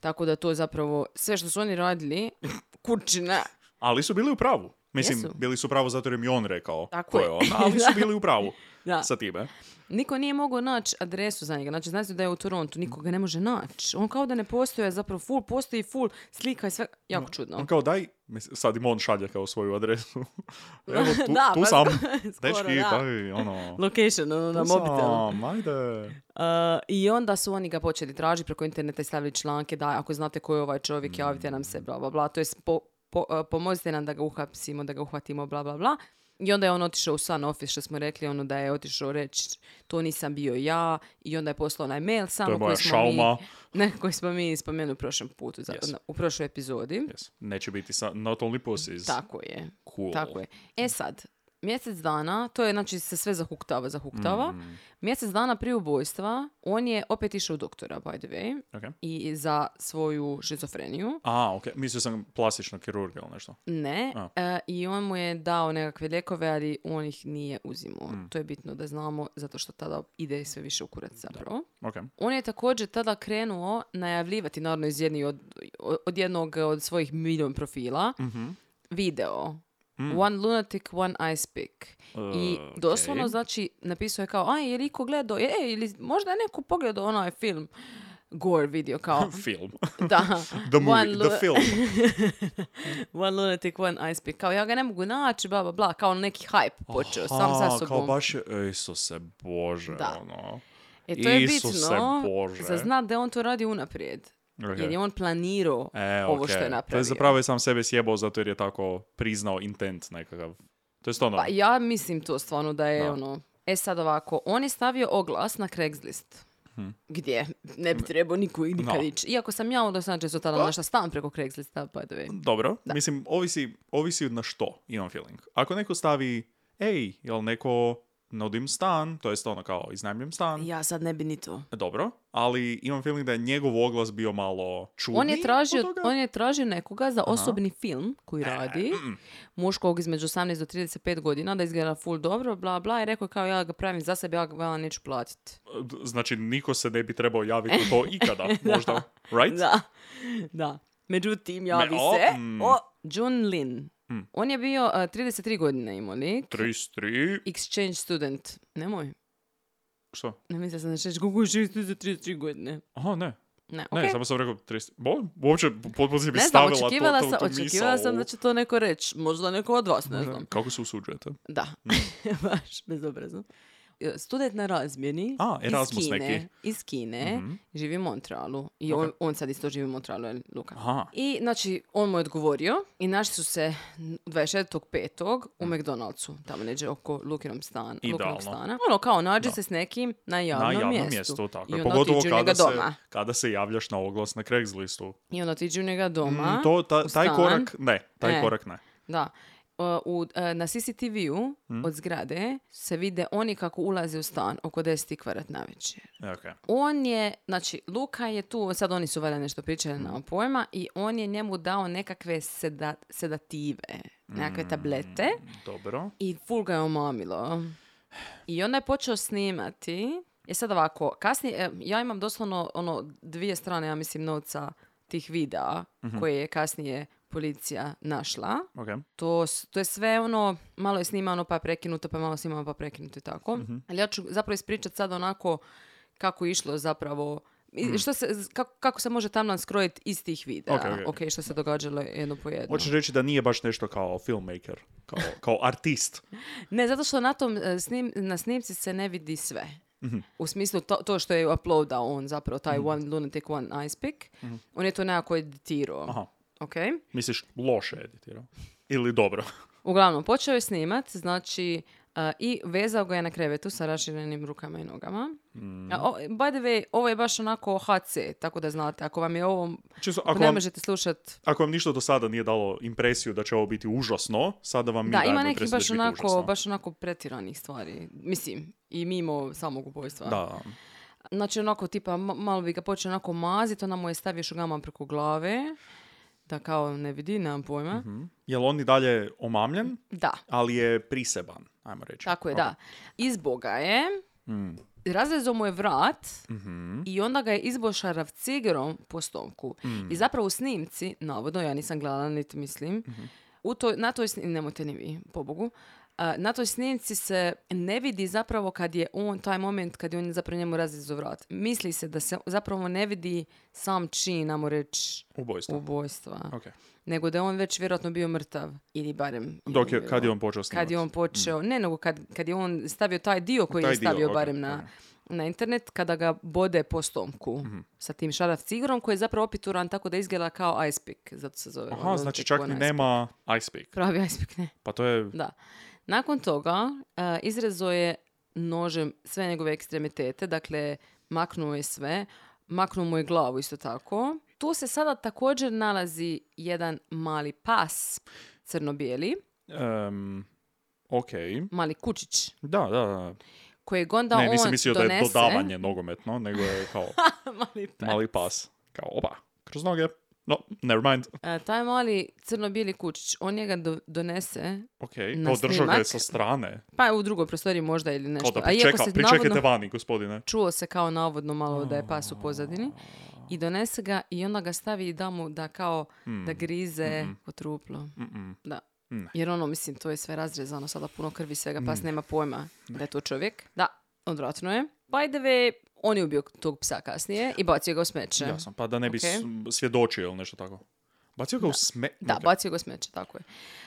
[SPEAKER 5] Tako da to zapravo, sve što su oni radili, kurčina,
[SPEAKER 4] Ali su bili u pravu. Mislim,
[SPEAKER 5] Jesu.
[SPEAKER 4] bili su u pravu zato jer im je on rekao
[SPEAKER 5] Tako
[SPEAKER 4] ko je
[SPEAKER 5] je.
[SPEAKER 4] on, ali su bili u pravu
[SPEAKER 5] Da.
[SPEAKER 4] sa time.
[SPEAKER 5] Niko nije mogao naći adresu za njega. Znači, znači da je u Torontu, niko ga ne može naći. On kao da ne postoji, a zapravo full postoji, full slika i sve. Jako
[SPEAKER 4] On
[SPEAKER 5] čudno.
[SPEAKER 4] kao daj, mislim, sad im on šalje kao svoju adresu. Evo, tu,
[SPEAKER 5] Da,
[SPEAKER 4] tu
[SPEAKER 5] pa
[SPEAKER 4] sam.
[SPEAKER 5] skoro- skoro,
[SPEAKER 4] Dečki,
[SPEAKER 5] da.
[SPEAKER 4] daj, ono,
[SPEAKER 5] Location, ono, na
[SPEAKER 4] tu
[SPEAKER 5] mobitelu.
[SPEAKER 4] sam, ajde.
[SPEAKER 5] Uh, I onda su oni ga počeli tražiti preko interneta i stavili članke da ako znate ko je ovaj čovjek, javite nam se, bla, bla, bla. To je po, po- uh, pomozite nam da ga uhapsimo, da ga uhvatimo, bla, bla, bla. I onda je on otišao u Sun Office, što smo rekli, ono da je otišao reći to nisam bio ja i onda je poslao onaj mail
[SPEAKER 4] moja
[SPEAKER 5] samo koji smo, mi,
[SPEAKER 4] šauma.
[SPEAKER 5] ne, koji smo mi spomenuli u prošlom putu, za-
[SPEAKER 4] Yes.
[SPEAKER 5] na- u prošloj epizodi.
[SPEAKER 4] Yes. Neće biti sa, not only pussies.
[SPEAKER 5] Tako je.
[SPEAKER 4] Cool.
[SPEAKER 5] Tako je. E sad, mjesec dana, to je znači se sve zahuktava, zahuktava.
[SPEAKER 4] Mm.
[SPEAKER 5] Mjesec dana prije ubojstva, on je opet išao u doktora, by the way,
[SPEAKER 4] Ok.
[SPEAKER 5] i za svoju šizofreniju.
[SPEAKER 4] A, ok, mislio sam plastičnog kirurga ili nešto.
[SPEAKER 5] Ne,
[SPEAKER 4] A.
[SPEAKER 5] e, i on mu je dao nekakve lijekove, ali on ih nije uzimao.
[SPEAKER 4] Mm.
[SPEAKER 5] To je bitno da znamo, zato što tada ide sve više u kurac zapravo.
[SPEAKER 4] Ok.
[SPEAKER 5] On je također tada krenuo najavljivati, naravno iz jedni od, od jednog od svojih milion profila,
[SPEAKER 4] Mhm.
[SPEAKER 5] video.
[SPEAKER 4] Mm.
[SPEAKER 5] One lunatic, one ice pick. I
[SPEAKER 4] E,
[SPEAKER 5] doslovno,
[SPEAKER 4] okej.
[SPEAKER 5] znači, napisao je kao, aj, je li iko gledao, e, ili možda je neko pogledao onaj film. Gore video, kao,
[SPEAKER 4] Film.
[SPEAKER 5] da.
[SPEAKER 4] The movie,
[SPEAKER 5] One lu-
[SPEAKER 4] the film.
[SPEAKER 5] One lunatic, one ice pick. Kao, ja ga ne mogu naći, bla, bla, bla. Kao neki hype počeo, sam sa
[SPEAKER 4] Aha, Kao
[SPEAKER 5] sobom.
[SPEAKER 4] baš, je, Isuse Bože,
[SPEAKER 5] Da.
[SPEAKER 4] ono.
[SPEAKER 5] E, to je
[SPEAKER 4] Isuse
[SPEAKER 5] bitno
[SPEAKER 4] Bože.
[SPEAKER 5] za znat da je on to radi unaprijed.
[SPEAKER 4] Ok.
[SPEAKER 5] Jer je on planirao
[SPEAKER 4] E,
[SPEAKER 5] ovo što
[SPEAKER 4] okej.
[SPEAKER 5] je
[SPEAKER 4] To
[SPEAKER 5] napravio.
[SPEAKER 4] je zapravo je sam sebe sjebao zato jer je tako priznao intent nekakav. To je ono,
[SPEAKER 5] Pa ja mislim to stvarno da je
[SPEAKER 4] Da.
[SPEAKER 5] ono... E sad ovako, on je stavio oglas na Craigslist.
[SPEAKER 4] Hm.
[SPEAKER 5] Gdje? Ne bi trebao niko i nikad
[SPEAKER 4] Da.
[SPEAKER 5] ići. Iako sam ja u Los Angelesu tada našla stan preko Craigslista, by the way.
[SPEAKER 4] dobro, mislim, ovisi, ovisi na što imam feeling. Ako neko stavi, ej, jel neko nudim stan, to jest ono kao iznajmljujem stan.
[SPEAKER 5] Ja sad ne bi ni to.
[SPEAKER 4] Dobro, ali imam feeling da je njegov oglas bio malo čudniji.
[SPEAKER 5] On je,
[SPEAKER 4] od
[SPEAKER 5] tražio,
[SPEAKER 4] toga. E.
[SPEAKER 5] on je tražio nekoga za osobni film koji radi,
[SPEAKER 4] mm,
[SPEAKER 5] muškog između 18 do 35 godina, da izgleda full dobro, bla bla, i rekao je kao ja ga pravim za sebe, ja ga vama neću platiti.
[SPEAKER 4] Znači, niko se ne bi trebao javiti u to ikada, možda. Right?
[SPEAKER 5] Da, da. Međutim, javi
[SPEAKER 4] Me- o,
[SPEAKER 5] se
[SPEAKER 4] mm.
[SPEAKER 5] o Jun Lin. On je bio a, 33 godine imao lik.
[SPEAKER 4] 33...
[SPEAKER 5] Exchange student. Nemoj.
[SPEAKER 4] Što?
[SPEAKER 5] Ne mislim sam da ćeš Google živi za 33 godine.
[SPEAKER 4] Aha, ne.
[SPEAKER 5] Ne,
[SPEAKER 4] Ne,
[SPEAKER 5] okej.
[SPEAKER 4] samo sam rekao 30... Bo, uopće, potpuno si mi
[SPEAKER 5] Ne znam,
[SPEAKER 4] stavila to-
[SPEAKER 5] očekivala
[SPEAKER 4] to, to,
[SPEAKER 5] sam, očekivala
[SPEAKER 4] misao.
[SPEAKER 5] sam da će to neko reći. Možda neko od vas, ne znam.
[SPEAKER 4] Kako se usuđujete?
[SPEAKER 5] Da, baš bezobrazno. E, Student na razmjeni
[SPEAKER 4] A, Erasmus
[SPEAKER 5] iz Kine,
[SPEAKER 4] neki. Mhm.
[SPEAKER 5] iz Kine živi u Montrealu. I on, on sad isto živi u Montrealu, je li, Luka?
[SPEAKER 4] Aha.
[SPEAKER 5] I znači, on mu je odgovorio i našli su se 26.5. u McDonald'su, tamo neđe oko Lukinom stana.
[SPEAKER 4] Idealno.
[SPEAKER 5] Lukinog stana. Ono kao nađe se s nekim na javnom,
[SPEAKER 4] na javnom mjestu.
[SPEAKER 5] mjestu.
[SPEAKER 4] tako
[SPEAKER 5] I
[SPEAKER 4] je.
[SPEAKER 5] onda
[SPEAKER 4] Pogotovo
[SPEAKER 5] otiđu njega
[SPEAKER 4] kada se,
[SPEAKER 5] doma.
[SPEAKER 4] kada se javljaš na oglas na Craigslistu.
[SPEAKER 5] I onda otiđu njega doma.
[SPEAKER 4] Mm, to, ta-
[SPEAKER 5] u
[SPEAKER 4] taj
[SPEAKER 5] stan. E.
[SPEAKER 4] korak, ne, taj
[SPEAKER 5] Ne.
[SPEAKER 4] korak ne.
[SPEAKER 5] Da. O, U, e, na CCTV-u
[SPEAKER 4] Mm.
[SPEAKER 5] od zgrade se vide oni kako ulaze u stan oko 10 kvadrat na večer.
[SPEAKER 4] Okay.
[SPEAKER 5] On je, znači, Luka je tu, sad oni su valjda nešto pričali, na pojma, i on je njemu dao nekakve seda, sedative, nekakve tablete
[SPEAKER 4] Dobro.
[SPEAKER 5] i ful ga je omamilo. I onda je počeo snimati. E sad ovako, kasnije, e, ja imam doslovno ono, dvije strane, ja mislim, novca tih videa koje je kasnije policija našla.
[SPEAKER 4] Ok.
[SPEAKER 5] To, s- to je sve ono, malo je snimano pa je prekinuto, pa je malo snimano pa je prekinuto i tako.
[SPEAKER 4] Mhm.
[SPEAKER 5] Ali ja ću zapravo ispričat sad onako kako je išlo zapravo, i što se, z- kako, kako se može tamlan skrojiti iz tih videa.
[SPEAKER 4] Mhm. Ok, ok, ok.
[SPEAKER 5] što se događalo jedno po jedno.
[SPEAKER 4] Hoćeš reći da nije baš nešto kao filmmaker, kao, kao artist.
[SPEAKER 5] Ne, zato što na tom e, snim, na snimci se ne vidi sve.
[SPEAKER 4] Mhm.
[SPEAKER 5] U smislu to, to što je uploadao on zapravo, taj One Lunatic, One Ice Pick, on je to nekako editirao.
[SPEAKER 4] Mhm. Aha.
[SPEAKER 5] Ok?
[SPEAKER 4] Misliš, loše editirao. Ili dobro.
[SPEAKER 5] Uglavnom, počeo je snimat, znači, e, i vezao ga je na krevetu sa raširenim rukama i nogama.
[SPEAKER 4] Mhm.
[SPEAKER 5] A o- by the way, ovo je baš onako HC, tako da znate, ako vam je ovo,
[SPEAKER 4] Čisto,
[SPEAKER 5] ako
[SPEAKER 4] ako,
[SPEAKER 5] Pa ne
[SPEAKER 4] vam,
[SPEAKER 5] možete slušat,
[SPEAKER 4] ako vam ništa do sada nije dalo impresiju da će ovo biti užasno, sada vam mi
[SPEAKER 5] da,
[SPEAKER 4] dajemo
[SPEAKER 5] ima nekih
[SPEAKER 4] impresiju da
[SPEAKER 5] baš
[SPEAKER 4] će biti
[SPEAKER 5] onako,
[SPEAKER 4] užasno.
[SPEAKER 5] baš onako pretiranih stvari, mislim, i mimo samog ubojstva.
[SPEAKER 4] Da.
[SPEAKER 5] Znači onako tipa ma- malo bi ga počeo onako maziti, ona mu je stavio šugama preko glave, da kao ne vidi, nemam pojma.
[SPEAKER 4] Mhm. Jel on i dalje omamljen,
[SPEAKER 5] Da,
[SPEAKER 4] ali je priseban, ajmo reći.
[SPEAKER 5] tako je,
[SPEAKER 4] Ok.
[SPEAKER 5] da. Izboga je,
[SPEAKER 4] Mm.
[SPEAKER 5] razrezao mu je vrat
[SPEAKER 4] Mhm.
[SPEAKER 5] i onda ga je izbo šarafcigerom po stomku.
[SPEAKER 4] Mm.
[SPEAKER 5] I zapravo u snimci, navodno, ja nisam gledala niti mislim,
[SPEAKER 4] Mhm.
[SPEAKER 5] u toj, na toj snimci, nemojte ni vi, pobogu, a, na toj snimci se ne vidi zapravo kad je on, taj moment kad je on zapravo njemu razrezao vrat. Misli se da se zapravo ne vidi sam čin, ajmo reći,
[SPEAKER 4] Ubojstvo.
[SPEAKER 5] ubojstva.
[SPEAKER 4] Ok.
[SPEAKER 5] Nego da je on već vjerojatno bio mrtav. Ili barem...
[SPEAKER 4] Dok je,
[SPEAKER 5] ili-
[SPEAKER 4] kad je on počeo snimati?
[SPEAKER 5] kad je on počeo, ne nego kad, kad je on stavio taj dio koji
[SPEAKER 4] Mm. Taj
[SPEAKER 5] je
[SPEAKER 4] dio,
[SPEAKER 5] stavio
[SPEAKER 4] ok, Mhm.
[SPEAKER 5] barem na, na internet, kada ga bode po stomku sa tim šaraf cigrom koji je zapravo opituran tako da izgleda kao ice pick, zato se zove.
[SPEAKER 4] Aha,
[SPEAKER 5] ono,
[SPEAKER 4] znači
[SPEAKER 5] tek
[SPEAKER 4] čak
[SPEAKER 5] onaj
[SPEAKER 4] ni
[SPEAKER 5] ice pick.
[SPEAKER 4] nema Ice Peak.
[SPEAKER 5] Pravi ice pick, ne.
[SPEAKER 4] Pa to je...
[SPEAKER 5] Da. Nakon toga e, izrezao je nožem sve njegove ekstremitete, dakle maknuo je sve, maknuo mu je glavu isto tako. Tu se sada također nalazi jedan mali pas crno-bijeli,
[SPEAKER 4] Um, ok.
[SPEAKER 5] mali kučić,
[SPEAKER 4] Da, da, da.
[SPEAKER 5] kojeg onda
[SPEAKER 4] ne, nisam
[SPEAKER 5] on
[SPEAKER 4] mislio
[SPEAKER 5] donese.
[SPEAKER 4] da je dodavanje nogometno, nego je kao
[SPEAKER 5] mali pas.
[SPEAKER 4] mali pas. Kao, opa, kroz noge. No, never mind.
[SPEAKER 5] E, taj mali crno-bijeli kučić, on njega do- donese,
[SPEAKER 4] Ok,
[SPEAKER 5] Na
[SPEAKER 4] kao držao ga je
[SPEAKER 5] snimak.
[SPEAKER 4] sa strane.
[SPEAKER 5] pa u drugoj prostoriji možda ili nešto.
[SPEAKER 4] Kao da
[SPEAKER 5] A iako
[SPEAKER 4] pričeka,
[SPEAKER 5] se
[SPEAKER 4] pričekajte
[SPEAKER 5] navodno-
[SPEAKER 4] vani, gospodine.
[SPEAKER 5] čuo se kao navodno malo da je pas u pozadini i donese ga i onda ga stavi i da mu da kao
[SPEAKER 4] Hmm.
[SPEAKER 5] da grize po truplu. Da. Jer ono, mislim, to je sve razrezano, sada puno krvi i svega,
[SPEAKER 4] Hmm.
[SPEAKER 5] pas nema pojma da je to čovjek. Da, odvratno je. By the way, on je ubio tog psa kasnije i bacio ga u smeće.
[SPEAKER 4] Ja sam, pa da ne bi
[SPEAKER 5] Ok.
[SPEAKER 4] s- svjedočio ili nešto tako. Bacio ga u sme...
[SPEAKER 5] Da,
[SPEAKER 4] ok.
[SPEAKER 5] bacio ga u smeće, tako je.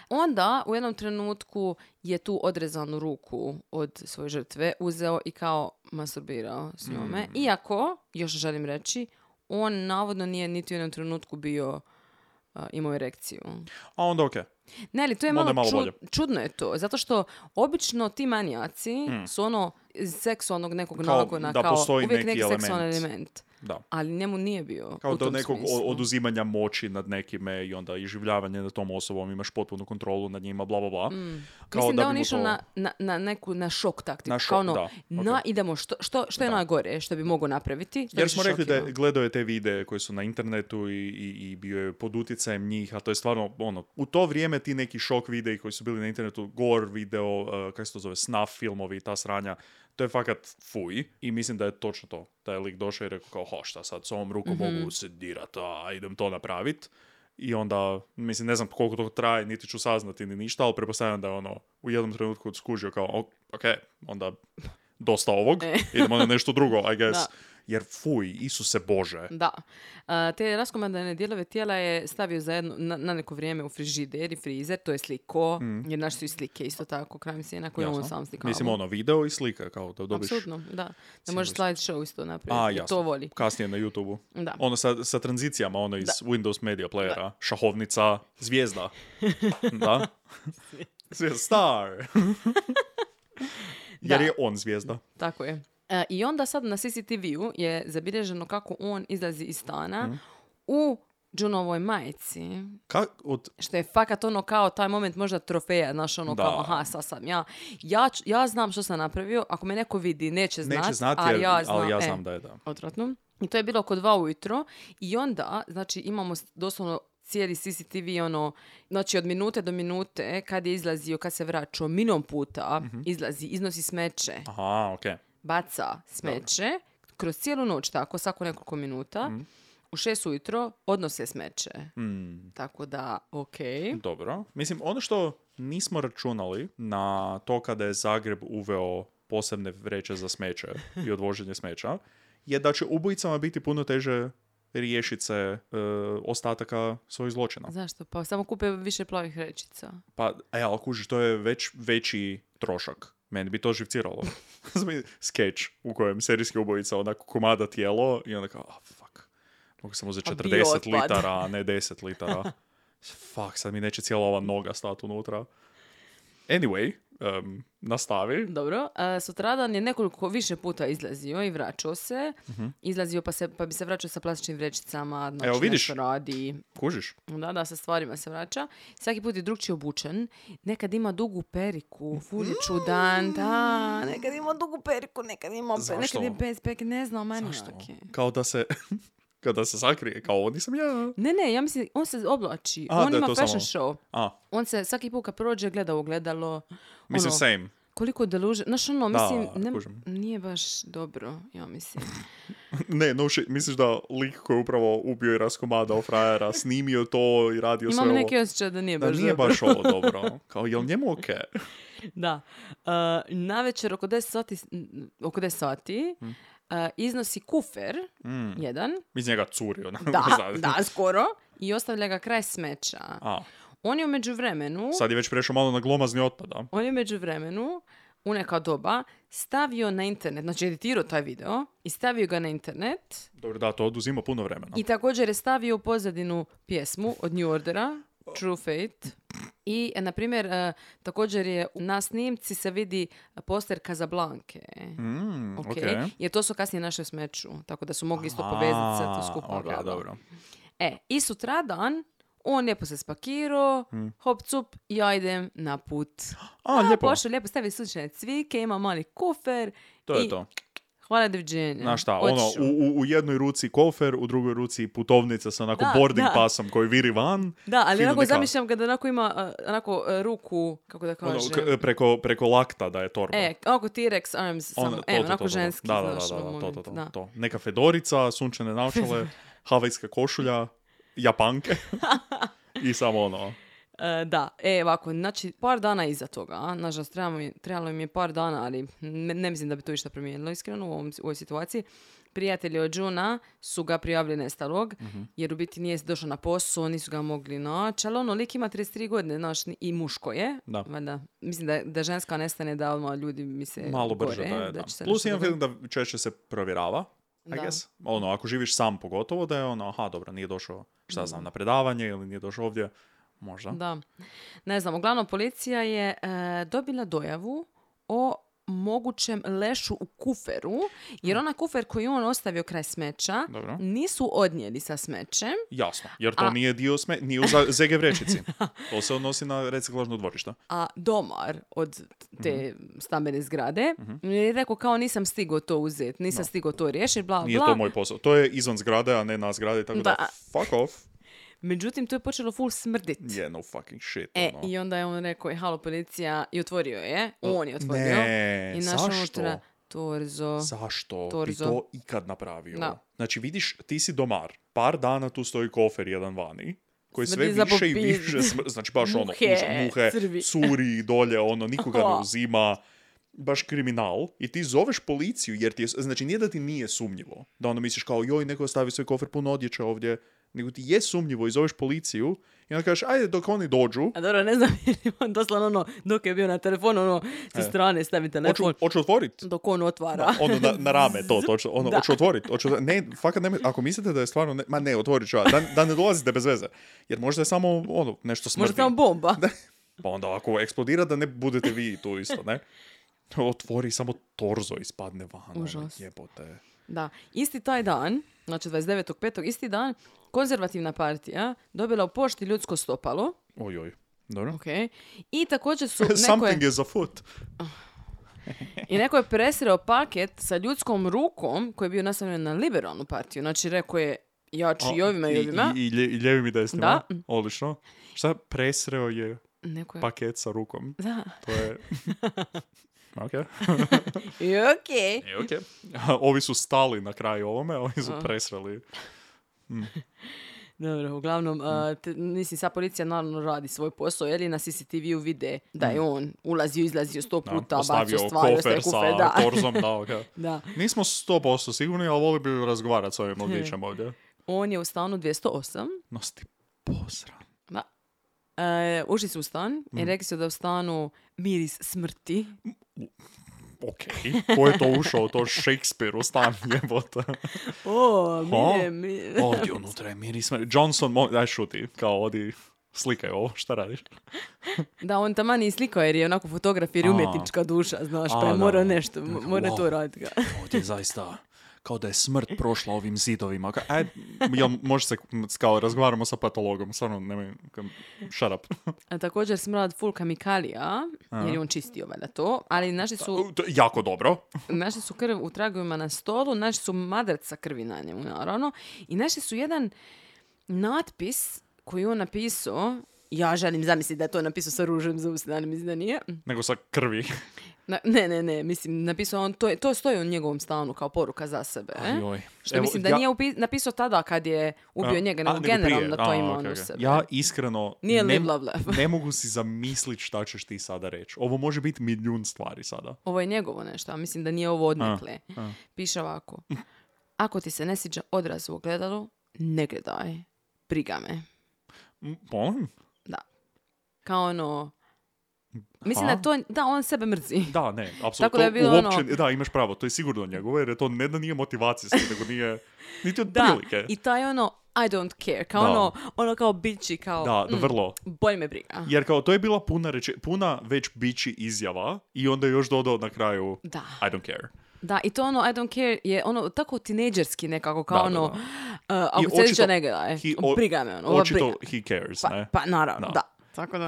[SPEAKER 5] Onda u jednom trenutku je tu odrezanu ruku od svoje žrtve uzeo i kao masturbirao s njome.
[SPEAKER 4] Mm.
[SPEAKER 5] Iako, još želim reći, on navodno nije niti u jednom trenutku bio a, imao erekciju.
[SPEAKER 4] A onda ok.
[SPEAKER 5] Ne, ali to je
[SPEAKER 4] Onda
[SPEAKER 5] malo,
[SPEAKER 4] je malo
[SPEAKER 5] ču-
[SPEAKER 4] bolje.
[SPEAKER 5] čudno je to, zato što obično ti manijaci su ono iz seksualnog nekog
[SPEAKER 4] Mm. Kao
[SPEAKER 5] nagona,
[SPEAKER 4] da
[SPEAKER 5] kao
[SPEAKER 4] postoji
[SPEAKER 5] uvijek
[SPEAKER 4] neki
[SPEAKER 5] neki seksualni
[SPEAKER 4] element.
[SPEAKER 5] element.
[SPEAKER 4] Da.
[SPEAKER 5] Ali njemu nije bio
[SPEAKER 4] Kao
[SPEAKER 5] u
[SPEAKER 4] do
[SPEAKER 5] tom
[SPEAKER 4] nekog o-
[SPEAKER 5] smislu.
[SPEAKER 4] oduzimanja moći nad nekime i onda iživljavanje nad tom osobom, imaš potpunu kontrolu nad njima, bla, bla, bla. Kao
[SPEAKER 5] Mm. Mislim da,
[SPEAKER 4] bi
[SPEAKER 5] on
[SPEAKER 4] mu
[SPEAKER 5] išao
[SPEAKER 4] to-
[SPEAKER 5] na, na, na neku na šok taktiku.
[SPEAKER 4] Na
[SPEAKER 5] Na
[SPEAKER 4] šok,
[SPEAKER 5] kao ono,
[SPEAKER 4] da,
[SPEAKER 5] na,
[SPEAKER 4] okej.
[SPEAKER 5] idemo, što, što, što je
[SPEAKER 4] Da.
[SPEAKER 5] najgore što bi mogao napraviti? što
[SPEAKER 4] Jer
[SPEAKER 5] bi
[SPEAKER 4] smo
[SPEAKER 5] se
[SPEAKER 4] rekli da je-
[SPEAKER 5] šokirao.
[SPEAKER 4] gledao je te videe koji su na internetu i, i, i bio je pod utjecajem njih, a to je stvarno, ono, u to vrijeme ti neki šok videi koji su bili na internetu, gore video, uh, kako se to zove, snuff filmovi i ta sranja, to je fakat fuj i mislim da je točno to. Taj lik došao i rekao kao, ho, šta sad, s ovom rukom
[SPEAKER 5] Mhm.
[SPEAKER 4] mogu se dirat, a idem to napravit. I onda, mislim, ne znam koliko to traje, niti ću saznati ni ništa, ali pretpostavljam da je ono, u jednom trenutku skužio kao, "O- ok, onda dosta ovog, idemo na nešto drugo, I guess.
[SPEAKER 5] E. Da.
[SPEAKER 4] Jer fuj, Isuse Bože.
[SPEAKER 5] Da. A, te raskomadane dijelove tijela je stavio zajedno na, na neko vrijeme u frižider i frizer, to je sliko, jer naši su i slike isto tako, krajem sjena koje je on
[SPEAKER 4] Mm. Jasno.
[SPEAKER 5] sam slikao.
[SPEAKER 4] Mislim, ono, video i slika, kao da dobiš
[SPEAKER 5] Apsolutno, da. Da možeš slideshow isto
[SPEAKER 4] A,
[SPEAKER 5] napraviti. jer
[SPEAKER 4] jasno.
[SPEAKER 5] to voli.
[SPEAKER 4] kasnije na YouTube-u.
[SPEAKER 5] Da.
[SPEAKER 4] Ono sa, sa tranzicijama, ono iz Windows Media Playera, šahovnica, zvijezda. da? Zvijezda, star! Jer
[SPEAKER 5] Da.
[SPEAKER 4] je on zvijezda.
[SPEAKER 5] Tako je. E, I onda sad na CCTV-u je zabilježeno kako on izlazi iz stana
[SPEAKER 4] Mm.
[SPEAKER 5] u Junovoj majici,
[SPEAKER 4] Ka, od,
[SPEAKER 5] što je fakat ono kao taj moment možda trofeja, znaš ono
[SPEAKER 4] Da.
[SPEAKER 5] kao aha, sad sam ja. Ja, ću- ja znam što sam napravio, ako me neko vidi neće znat,
[SPEAKER 4] neće znati,
[SPEAKER 5] ali
[SPEAKER 4] jer-
[SPEAKER 5] ja znam,
[SPEAKER 4] ali ja
[SPEAKER 5] e.
[SPEAKER 4] znam da je da.
[SPEAKER 5] Odvratno. I to je bilo oko dva ujutro i onda, znači imamo s- doslovno cijeli CCTV, ono, znači od minute do minute, kad je izlazio, kad se vraćao, milion puta
[SPEAKER 4] Mhm.
[SPEAKER 5] izlazi, iznosi smeće,
[SPEAKER 4] Aha, okej.
[SPEAKER 5] baca smeće, kroz cijelu noć, tako, svako nekoliko minuta,
[SPEAKER 4] Mhm.
[SPEAKER 5] u šest ujutro odnose smeće. Tako da, okej.
[SPEAKER 4] Hmm, Dobro. Mislim, ono što nismo računali na to kada je Zagreb uveo posebne vreće za smeće i odvoženje smeća, je da će ubojicama biti puno teže riješiti se e, ostataka svojih zločina.
[SPEAKER 5] Zašto? Pa samo kupe više plavih rečica.
[SPEAKER 4] Pa, e, ali kužiš, to je već veći trošak. Meni bi to živciralo. Zmi- Sketch u kojem serijski ubojica onako komada tijelo i onda kao, ah, fuck. Mogu samo za
[SPEAKER 5] A bio
[SPEAKER 4] 40
[SPEAKER 5] otpad.
[SPEAKER 4] litara, a ne 10 litara. fuck, sad mi neće cijela ova noga stati unutra. Anyway, em, nastavi.
[SPEAKER 5] Dobro, e, sutradan je nekoliko više puta izlazio i vraćao se. Izlazio pa, se, pa bi se vraćao sa plastičnim vrećicama, znači
[SPEAKER 4] Mhm. Evo, vidiš.
[SPEAKER 5] nešto radi.
[SPEAKER 4] Kužiš?
[SPEAKER 5] Da, da, sa stvarima se vraća. Svaki put je drugčije obučen. Nekad ima dugu periku, ful je čudan, da. Mm. Nekad ima dugu periku, nekad ima...
[SPEAKER 4] Zašto?
[SPEAKER 5] Nekad je bez peke, ne znam, manijak
[SPEAKER 4] Što?
[SPEAKER 5] je.
[SPEAKER 4] Kao da se... kao da se sakrije, kao ovo nisam ja.
[SPEAKER 5] Ne, ne, ja mislim, on se oblači.
[SPEAKER 4] A,
[SPEAKER 5] on
[SPEAKER 4] da,
[SPEAKER 5] ima
[SPEAKER 4] to
[SPEAKER 5] fashion
[SPEAKER 4] samo.
[SPEAKER 5] show.
[SPEAKER 4] A,
[SPEAKER 5] On se svaki put kad prođe gleda u ogledalo.
[SPEAKER 4] mislim
[SPEAKER 5] ono,
[SPEAKER 4] same.
[SPEAKER 5] Koliko deluže, znaš ono,
[SPEAKER 4] Da,
[SPEAKER 5] mislim, ne-
[SPEAKER 4] kužim.
[SPEAKER 5] nije baš dobro, ja mislim.
[SPEAKER 4] Ne, no shit, misliš da lik koji je upravo ubio i raskomadao frajera, snimio to i radio sve
[SPEAKER 5] Imam
[SPEAKER 4] ovo?
[SPEAKER 5] neki osjećaj da nije
[SPEAKER 4] Da
[SPEAKER 5] baš
[SPEAKER 4] nije
[SPEAKER 5] dobro.
[SPEAKER 4] baš ovo dobro. Kao, jel njemu ok?
[SPEAKER 5] Da. na večer oko 10 sati, n- oko 10 sati
[SPEAKER 4] Mm.
[SPEAKER 5] e, iznosi kufer, jedan,
[SPEAKER 4] Iz njega curi, ono, onako.
[SPEAKER 5] da,
[SPEAKER 4] znaš.
[SPEAKER 5] da, skoro, i ostavlja ga kraj smeća.
[SPEAKER 4] A,
[SPEAKER 5] On je u međuvremenu,
[SPEAKER 4] sad je već prešao malo na glomazni otpad, a?
[SPEAKER 5] on je u međuvremenu, u neka doba, stavio na internet, znači editirao taj video i stavio ga na internet
[SPEAKER 4] Dobro, da, to oduzima puno vremena.
[SPEAKER 5] I također je stavio u pozadinu pjesmu od New Ordera, True Fate. I, e, na primjer, e, također je na snimci se vidi poster Kazablanke.
[SPEAKER 4] Mm,
[SPEAKER 5] Ok.
[SPEAKER 4] okej.
[SPEAKER 5] Jer to su kasnije našli u smeću, tako da su mogli isto povezati sve to
[SPEAKER 4] A,
[SPEAKER 5] skupa.
[SPEAKER 4] ok,
[SPEAKER 5] bla, bla.
[SPEAKER 4] dobro.
[SPEAKER 5] E, i sutradan, on lijepo se spakirao, hop cup, ja idem na put.
[SPEAKER 4] Mm. A, lijepo.
[SPEAKER 5] Pošao lijepo, stavi slučajne cvike, ima mali kufer.
[SPEAKER 4] To je
[SPEAKER 5] i
[SPEAKER 4] to.
[SPEAKER 5] Hvala, doviđenja.
[SPEAKER 4] Znaš šta, ono,
[SPEAKER 5] Otišao.
[SPEAKER 4] u, u, u jednoj ruci kofer, u drugoj ruci putovnica sa onako
[SPEAKER 5] Da,
[SPEAKER 4] boarding
[SPEAKER 5] da.
[SPEAKER 4] pasom koji viri van.
[SPEAKER 5] Da, ali
[SPEAKER 4] Fino
[SPEAKER 5] onako
[SPEAKER 4] neka-
[SPEAKER 5] zamišljam ga da onako ima a, onako e, ruku, kako da
[SPEAKER 4] ono,
[SPEAKER 5] kažem.
[SPEAKER 4] k- preko, preko lakta da je torba.
[SPEAKER 5] E, onako T-Rex arms,
[SPEAKER 4] Ono,
[SPEAKER 5] samo,
[SPEAKER 4] to,
[SPEAKER 5] e,
[SPEAKER 4] to, to, to,
[SPEAKER 5] onako
[SPEAKER 4] to.
[SPEAKER 5] ženski,
[SPEAKER 4] da, da,
[SPEAKER 5] znaš,
[SPEAKER 4] da, da, to,
[SPEAKER 5] ono moment,
[SPEAKER 4] to, to,
[SPEAKER 5] da.
[SPEAKER 4] to. Neka fedorica, sunčane naočale, havajska košulja, japanke i samo ono.
[SPEAKER 5] E, da, e, ovako, znači, par dana iza toga, a, nažalost, trebalo mi, trebalo mi je par dana, ali ne, ne mislim da bi to išta promijenilo, iskreno, u, ovom, u ovoj situaciji. Prijatelji od Juna su ga prijavili nestalog,
[SPEAKER 4] Mhm.
[SPEAKER 5] jer u biti nije došao na posao, nisu ga mogli naći, ali ono, lik ima 33 godine, znaš, ni- i muško je,
[SPEAKER 4] Da.
[SPEAKER 5] valjda. mislim da, da ženska nestane, da odmah ljudi mi se
[SPEAKER 4] Malo brže
[SPEAKER 5] gore,
[SPEAKER 4] da je, da.
[SPEAKER 5] će se
[SPEAKER 4] Plus
[SPEAKER 5] nešto
[SPEAKER 4] imam
[SPEAKER 5] dogoditi.
[SPEAKER 4] film da češće se provjerava, I
[SPEAKER 5] Da.
[SPEAKER 4] guess. Ono, ako živiš sam pogotovo da je ono, aha, dobro, nije došao, šta ja znam, na predavanje ili nije došao ovdje, možda.
[SPEAKER 5] Da. Ne znam, uglavnom policija je e, dobila dojavu o mogućem lešu u kuferu, jer ona kufer koji je on ostavio kraj smeća
[SPEAKER 4] Hm. Dobro.
[SPEAKER 5] nisu odnijeli sa smećem.
[SPEAKER 4] Jasno, jer to nije dio sme, nije u za- ZG vrećici. To se odnosi na reciklažno dvorišta.
[SPEAKER 5] a domar od te
[SPEAKER 4] Mhm.
[SPEAKER 5] stambene zgrade je rekao kao nisam stigao to uzeti, nisam stigao to riješiti, bla,
[SPEAKER 4] Nije
[SPEAKER 5] bla.
[SPEAKER 4] to moj posao. To je izvan zgrade, a ne na zgrade, tako da,
[SPEAKER 5] Da.
[SPEAKER 4] fuck off.
[SPEAKER 5] Međutim, to je počelo full smrdit.
[SPEAKER 4] Yeah, no fucking shit.
[SPEAKER 5] E,
[SPEAKER 4] ono.
[SPEAKER 5] i onda je on rekao, je, halo policija, i otvorio je, on je otvorio.
[SPEAKER 4] Ne,
[SPEAKER 5] I našao
[SPEAKER 4] zašto?
[SPEAKER 5] unutra torzo.
[SPEAKER 4] Zašto bi
[SPEAKER 5] Torzo.
[SPEAKER 4] to ikad napravio?
[SPEAKER 5] Da.
[SPEAKER 4] Znači, vidiš, ti si domar. Par dana tu stoji kofer jedan vani, koji sve
[SPEAKER 5] Smrdi za
[SPEAKER 4] više i
[SPEAKER 5] popin.
[SPEAKER 4] više smr- Znači, baš ono,
[SPEAKER 5] Muhe,
[SPEAKER 4] užas, muhe,
[SPEAKER 5] crvi.
[SPEAKER 4] curi dolje, ono, nikoga ne
[SPEAKER 5] Aha.
[SPEAKER 4] uzima. Baš kriminal. I ti zoveš policiju, jer ti je, znači, nije da ti nije sumnjivo. Da ono misliš kao, joj, neko je stavio svoj kofer puno odjeće ovdje. Nego ti je sumnjivo i zoveš policiju. I onda kažeš, ajde, dok oni dođu,
[SPEAKER 5] A dobro, ne znam, jer je on doslovno ono, dok je bio na telefonu, ono, sa strane stavi
[SPEAKER 4] hoću,
[SPEAKER 5] telefon,
[SPEAKER 4] E. hoću otvorit.
[SPEAKER 5] dok on otvara.
[SPEAKER 4] Da, ono na, na rame to, točno, ono,
[SPEAKER 5] Da.
[SPEAKER 4] hoću otvorit, hoću otvorit. ne, fakat ne, ako mislite da je stvarno, ne, ma ne, otvorit ću ja, da, da ne dolazite bez veze, jer možda je samo, ono, nešto smrti.
[SPEAKER 5] Možda samo bomba.
[SPEAKER 4] Da. Pa onda ako eksplodira da ne budete vi tu isto, ne? Otvori samo torzo i spadne van, ono,
[SPEAKER 5] Užas.
[SPEAKER 4] jebote.
[SPEAKER 5] Da, isti taj dan, znači 29.5. isti dan, konzervativna partija dobila u pošti ljudsko stopalo,
[SPEAKER 4] Oj, oj, dobro.
[SPEAKER 5] ok, i također su neko
[SPEAKER 4] Something
[SPEAKER 5] je,
[SPEAKER 4] is afoot.
[SPEAKER 5] i neko je presreo paket sa ljudskom rukom koji je bio nastavljen na liberalnu partiju, znači rekao je ja ću Znači, i ovima i ovima,
[SPEAKER 4] I, i, lje- i ljevi mi desnima.
[SPEAKER 5] Da.
[SPEAKER 4] Odlično. Šta presreo je
[SPEAKER 5] neko je,
[SPEAKER 4] paket sa rukom?
[SPEAKER 5] da,
[SPEAKER 4] To je... ok.
[SPEAKER 5] i okej.
[SPEAKER 4] E, okej. Ovi su stali na kraju ovome, a ovi su presreli.
[SPEAKER 5] Dobro,
[SPEAKER 4] Mm.
[SPEAKER 5] uglavnom, a, te- mislim, sa policija naravno radi svoj posao, jer i na CCTV-u vide da je on ulazio, izlazio sto
[SPEAKER 4] Mm. Da,
[SPEAKER 5] puta,
[SPEAKER 4] ostavio
[SPEAKER 5] bacio stvari, ostavio
[SPEAKER 4] kofer
[SPEAKER 5] kufe,
[SPEAKER 4] sa
[SPEAKER 5] da.
[SPEAKER 4] torzom, da, okej.
[SPEAKER 5] da.
[SPEAKER 4] Nismo 100% sigurni, ali voli bi razgovarati s
[SPEAKER 5] Hm.
[SPEAKER 4] ovim mladićem ovdje.
[SPEAKER 5] On je u stanu 208,
[SPEAKER 4] Nosti posran.
[SPEAKER 5] Da. E, ušli su u stan
[SPEAKER 4] Mm.
[SPEAKER 5] i rekli su da je u stanu miris smrti.
[SPEAKER 4] Ok, ko je to ušao, to Shakespeare u stan jebota.
[SPEAKER 5] O,
[SPEAKER 4] mire, Ovdje unutra je miris. smrti. Johnson, mo- daj šuti, kao odi slikaj ovo, šta radiš?
[SPEAKER 5] Da, on taman i slikao jer je onako fotograf jer je
[SPEAKER 4] A.
[SPEAKER 5] umjetnička duša, znaš,
[SPEAKER 4] A,
[SPEAKER 5] pa je
[SPEAKER 4] da.
[SPEAKER 5] morao nešto, m-
[SPEAKER 4] Wow.
[SPEAKER 5] mora to raditi ga.
[SPEAKER 4] Ovdje je zaista kao da je smrt prošla ovim zidovima. Ka- Aj, jel može se, kao, razgovaramo sa patologom, stvarno, nemoj, kam- shut up.
[SPEAKER 5] A također smrad full kamikalija, jer je on čistio valjda to, ali našli su,
[SPEAKER 4] To je jako dobro.
[SPEAKER 5] našli su krv u tragovima na stolu, našli su madrac sa krvi na njemu, naravno, i našli su jedan natpis koji je on napisao, ja želim zamisliti da je to napisao sa ružem za usta, ali mislim da nije.
[SPEAKER 4] Nego sa krvi.
[SPEAKER 5] Na- ne, ne, ne, mislim, napisao on, to, je- to stoji u njegovom stanu kao poruka za sebe.
[SPEAKER 4] Joj.
[SPEAKER 5] E? Što
[SPEAKER 4] Evo,
[SPEAKER 5] mislim da
[SPEAKER 4] ja-
[SPEAKER 5] nije upi- napisao tada kad je ubio
[SPEAKER 4] A,
[SPEAKER 5] njega,
[SPEAKER 4] a,
[SPEAKER 5] nego generalno da to
[SPEAKER 4] prije. A,
[SPEAKER 5] ima
[SPEAKER 4] ok,
[SPEAKER 5] on u
[SPEAKER 4] ok.
[SPEAKER 5] sebi.
[SPEAKER 4] Ja iskreno
[SPEAKER 5] Nije
[SPEAKER 4] ne,
[SPEAKER 5] live, love, laugh.
[SPEAKER 4] ne mogu si zamislit šta ćeš ti sada reći. Ovo može biti milijun stvari sada.
[SPEAKER 5] Ovo je njegovo nešto, a mislim da nije ovo odnekle. Piše ovako. Ako ti se ne sviđa odraz u ogledalu, ne gledaj. Briga me.
[SPEAKER 4] Mm, Molim?
[SPEAKER 5] Da. Kao ono... Mislim
[SPEAKER 4] Ha?
[SPEAKER 5] da to... Da, on sebe mrzi.
[SPEAKER 4] Da, ne,
[SPEAKER 5] Tako
[SPEAKER 4] apsolutno.
[SPEAKER 5] da
[SPEAKER 4] Da,
[SPEAKER 5] je bilo ono-
[SPEAKER 4] da, imaš pravo, to je sigurno njegovo, jer je to ne da nije motivacijski, nego nije, niti od
[SPEAKER 5] Da,
[SPEAKER 4] prilike.
[SPEAKER 5] I taj ono... I don't care. Kao
[SPEAKER 4] Da.
[SPEAKER 5] ono... Ono kao bići, kao...
[SPEAKER 4] Da, da,
[SPEAKER 5] mm,
[SPEAKER 4] vrlo.
[SPEAKER 5] bolj me briga.
[SPEAKER 4] Jer kao to je bila puna, reče, puna već bići izjava i onda je još dodao na kraju
[SPEAKER 5] Da.
[SPEAKER 4] I don't care.
[SPEAKER 5] Da, i to ono, I don't care, je ono tako tinejdžerski nekako, kao
[SPEAKER 4] Da, da,
[SPEAKER 5] ono,
[SPEAKER 4] da.
[SPEAKER 5] "Uh, ako
[SPEAKER 4] I
[SPEAKER 5] se
[SPEAKER 4] očito-
[SPEAKER 5] sviđa ne gledaj,
[SPEAKER 4] he- o-
[SPEAKER 5] briga me, ono, ova
[SPEAKER 4] Očito
[SPEAKER 5] briga.
[SPEAKER 4] he cares,
[SPEAKER 5] Pa,
[SPEAKER 4] ne?
[SPEAKER 5] pa naravno,
[SPEAKER 4] Da.
[SPEAKER 5] da. Tako da,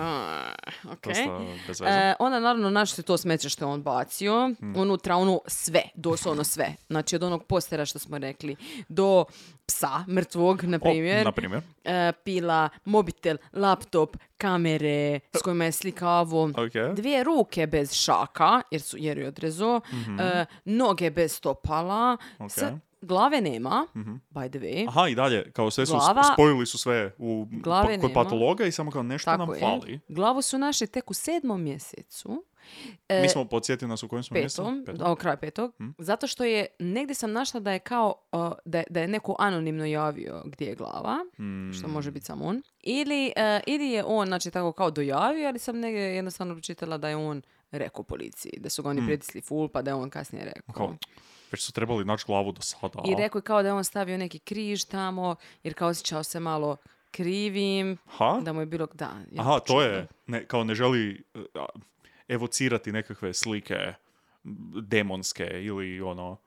[SPEAKER 5] uh, ok.
[SPEAKER 4] Dosta bez veze. Hmm.
[SPEAKER 5] E, onda naravno našli su to smeće što je on bacio, unutra ono sve, doslovno sve. Znači od onog postera što smo rekli do psa mrtvog, na
[SPEAKER 4] O,
[SPEAKER 5] primjer,
[SPEAKER 4] na primjer.
[SPEAKER 5] e, pila, mobitel, laptop, kamere s kojima je slikavo,
[SPEAKER 4] Ok.
[SPEAKER 5] dvije ruke bez šaka, jer su jer je odrezo, e, noge bez stopala, s-
[SPEAKER 4] Mhm. Ok. Mhm.
[SPEAKER 5] glave nema, by the way.
[SPEAKER 4] Aha, i dalje, kao sve su,
[SPEAKER 5] Glava-
[SPEAKER 4] spojili su sve u,
[SPEAKER 5] Glave
[SPEAKER 4] pa- kod
[SPEAKER 5] nema.
[SPEAKER 4] patologa i samo kao nešto
[SPEAKER 5] Tako
[SPEAKER 4] nam
[SPEAKER 5] je.
[SPEAKER 4] fali.
[SPEAKER 5] Glavu su našli tek u sedmom mjesecu, E,
[SPEAKER 4] Mi smo, podsjeti nas u kojem smo
[SPEAKER 5] petom,
[SPEAKER 4] mjestu?
[SPEAKER 5] o, kraj petog,
[SPEAKER 4] Mhm.
[SPEAKER 5] zato što je, negdje sam našla da je kao, uh, da, je, da je neko anonimno javio gdje je glava,
[SPEAKER 4] Hmm,
[SPEAKER 5] što
[SPEAKER 4] Mm.
[SPEAKER 5] može biti samo on, ili, uh, ili je on, znači tako kao dojavio, ali sam negdje jednostavno pročitala da je on rekao policiji, da su ga
[SPEAKER 4] Mm.
[SPEAKER 5] oni pritisli full, pa da je on kasnije rekao.
[SPEAKER 4] Kao, već su trebali naći glavu do sada.
[SPEAKER 5] I rekao je kao da je on stavio neki križ tamo, jer kao osjećao se malo krivim,
[SPEAKER 4] Ha?
[SPEAKER 5] da mu je bilo, da.
[SPEAKER 4] Aha, to
[SPEAKER 5] čudno.
[SPEAKER 4] je, ne, kao ne želi eh, a, evocirati nekakve slike eh, demonske ili ono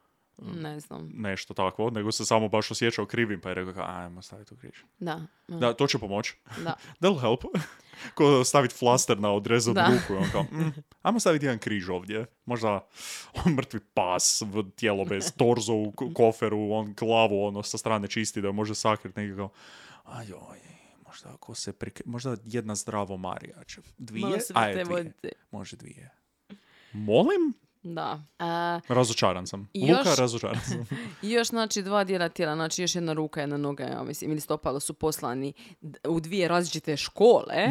[SPEAKER 5] Ne znam.
[SPEAKER 4] nešto takvo, nego se samo baš osjećao krivim pa je rekao kao, ajmo staviti u križ.
[SPEAKER 5] Da. mm,
[SPEAKER 4] Da, to će pomoći.
[SPEAKER 5] da.
[SPEAKER 4] That'll help. Ko staviti flaster na odrezanu
[SPEAKER 5] Da.
[SPEAKER 4] ruku. i On kao, "Mm, ajmo staviti jedan križ ovdje. Možda mrtvi pas, v- tijelo bez torzo u k- koferu, on glavu ono sa strane čisti da može sakriti nekako. kao, Ajoj, možda ako se prike... Možda jedna zdravo Marija će. Dvije?
[SPEAKER 5] Malo se
[SPEAKER 4] Ajde,
[SPEAKER 5] te
[SPEAKER 4] dvije.
[SPEAKER 5] vodite.
[SPEAKER 4] Može dvije. Molim?
[SPEAKER 5] Da. A,
[SPEAKER 4] Razočaran sam.
[SPEAKER 5] I
[SPEAKER 4] Luka,
[SPEAKER 5] još-
[SPEAKER 4] razočaran sam.
[SPEAKER 5] I još znači dva dijela tijela, znači još jedna ruka, jedna noga, ja mislim, ili stopalo su poslani d- u dvije različite škole.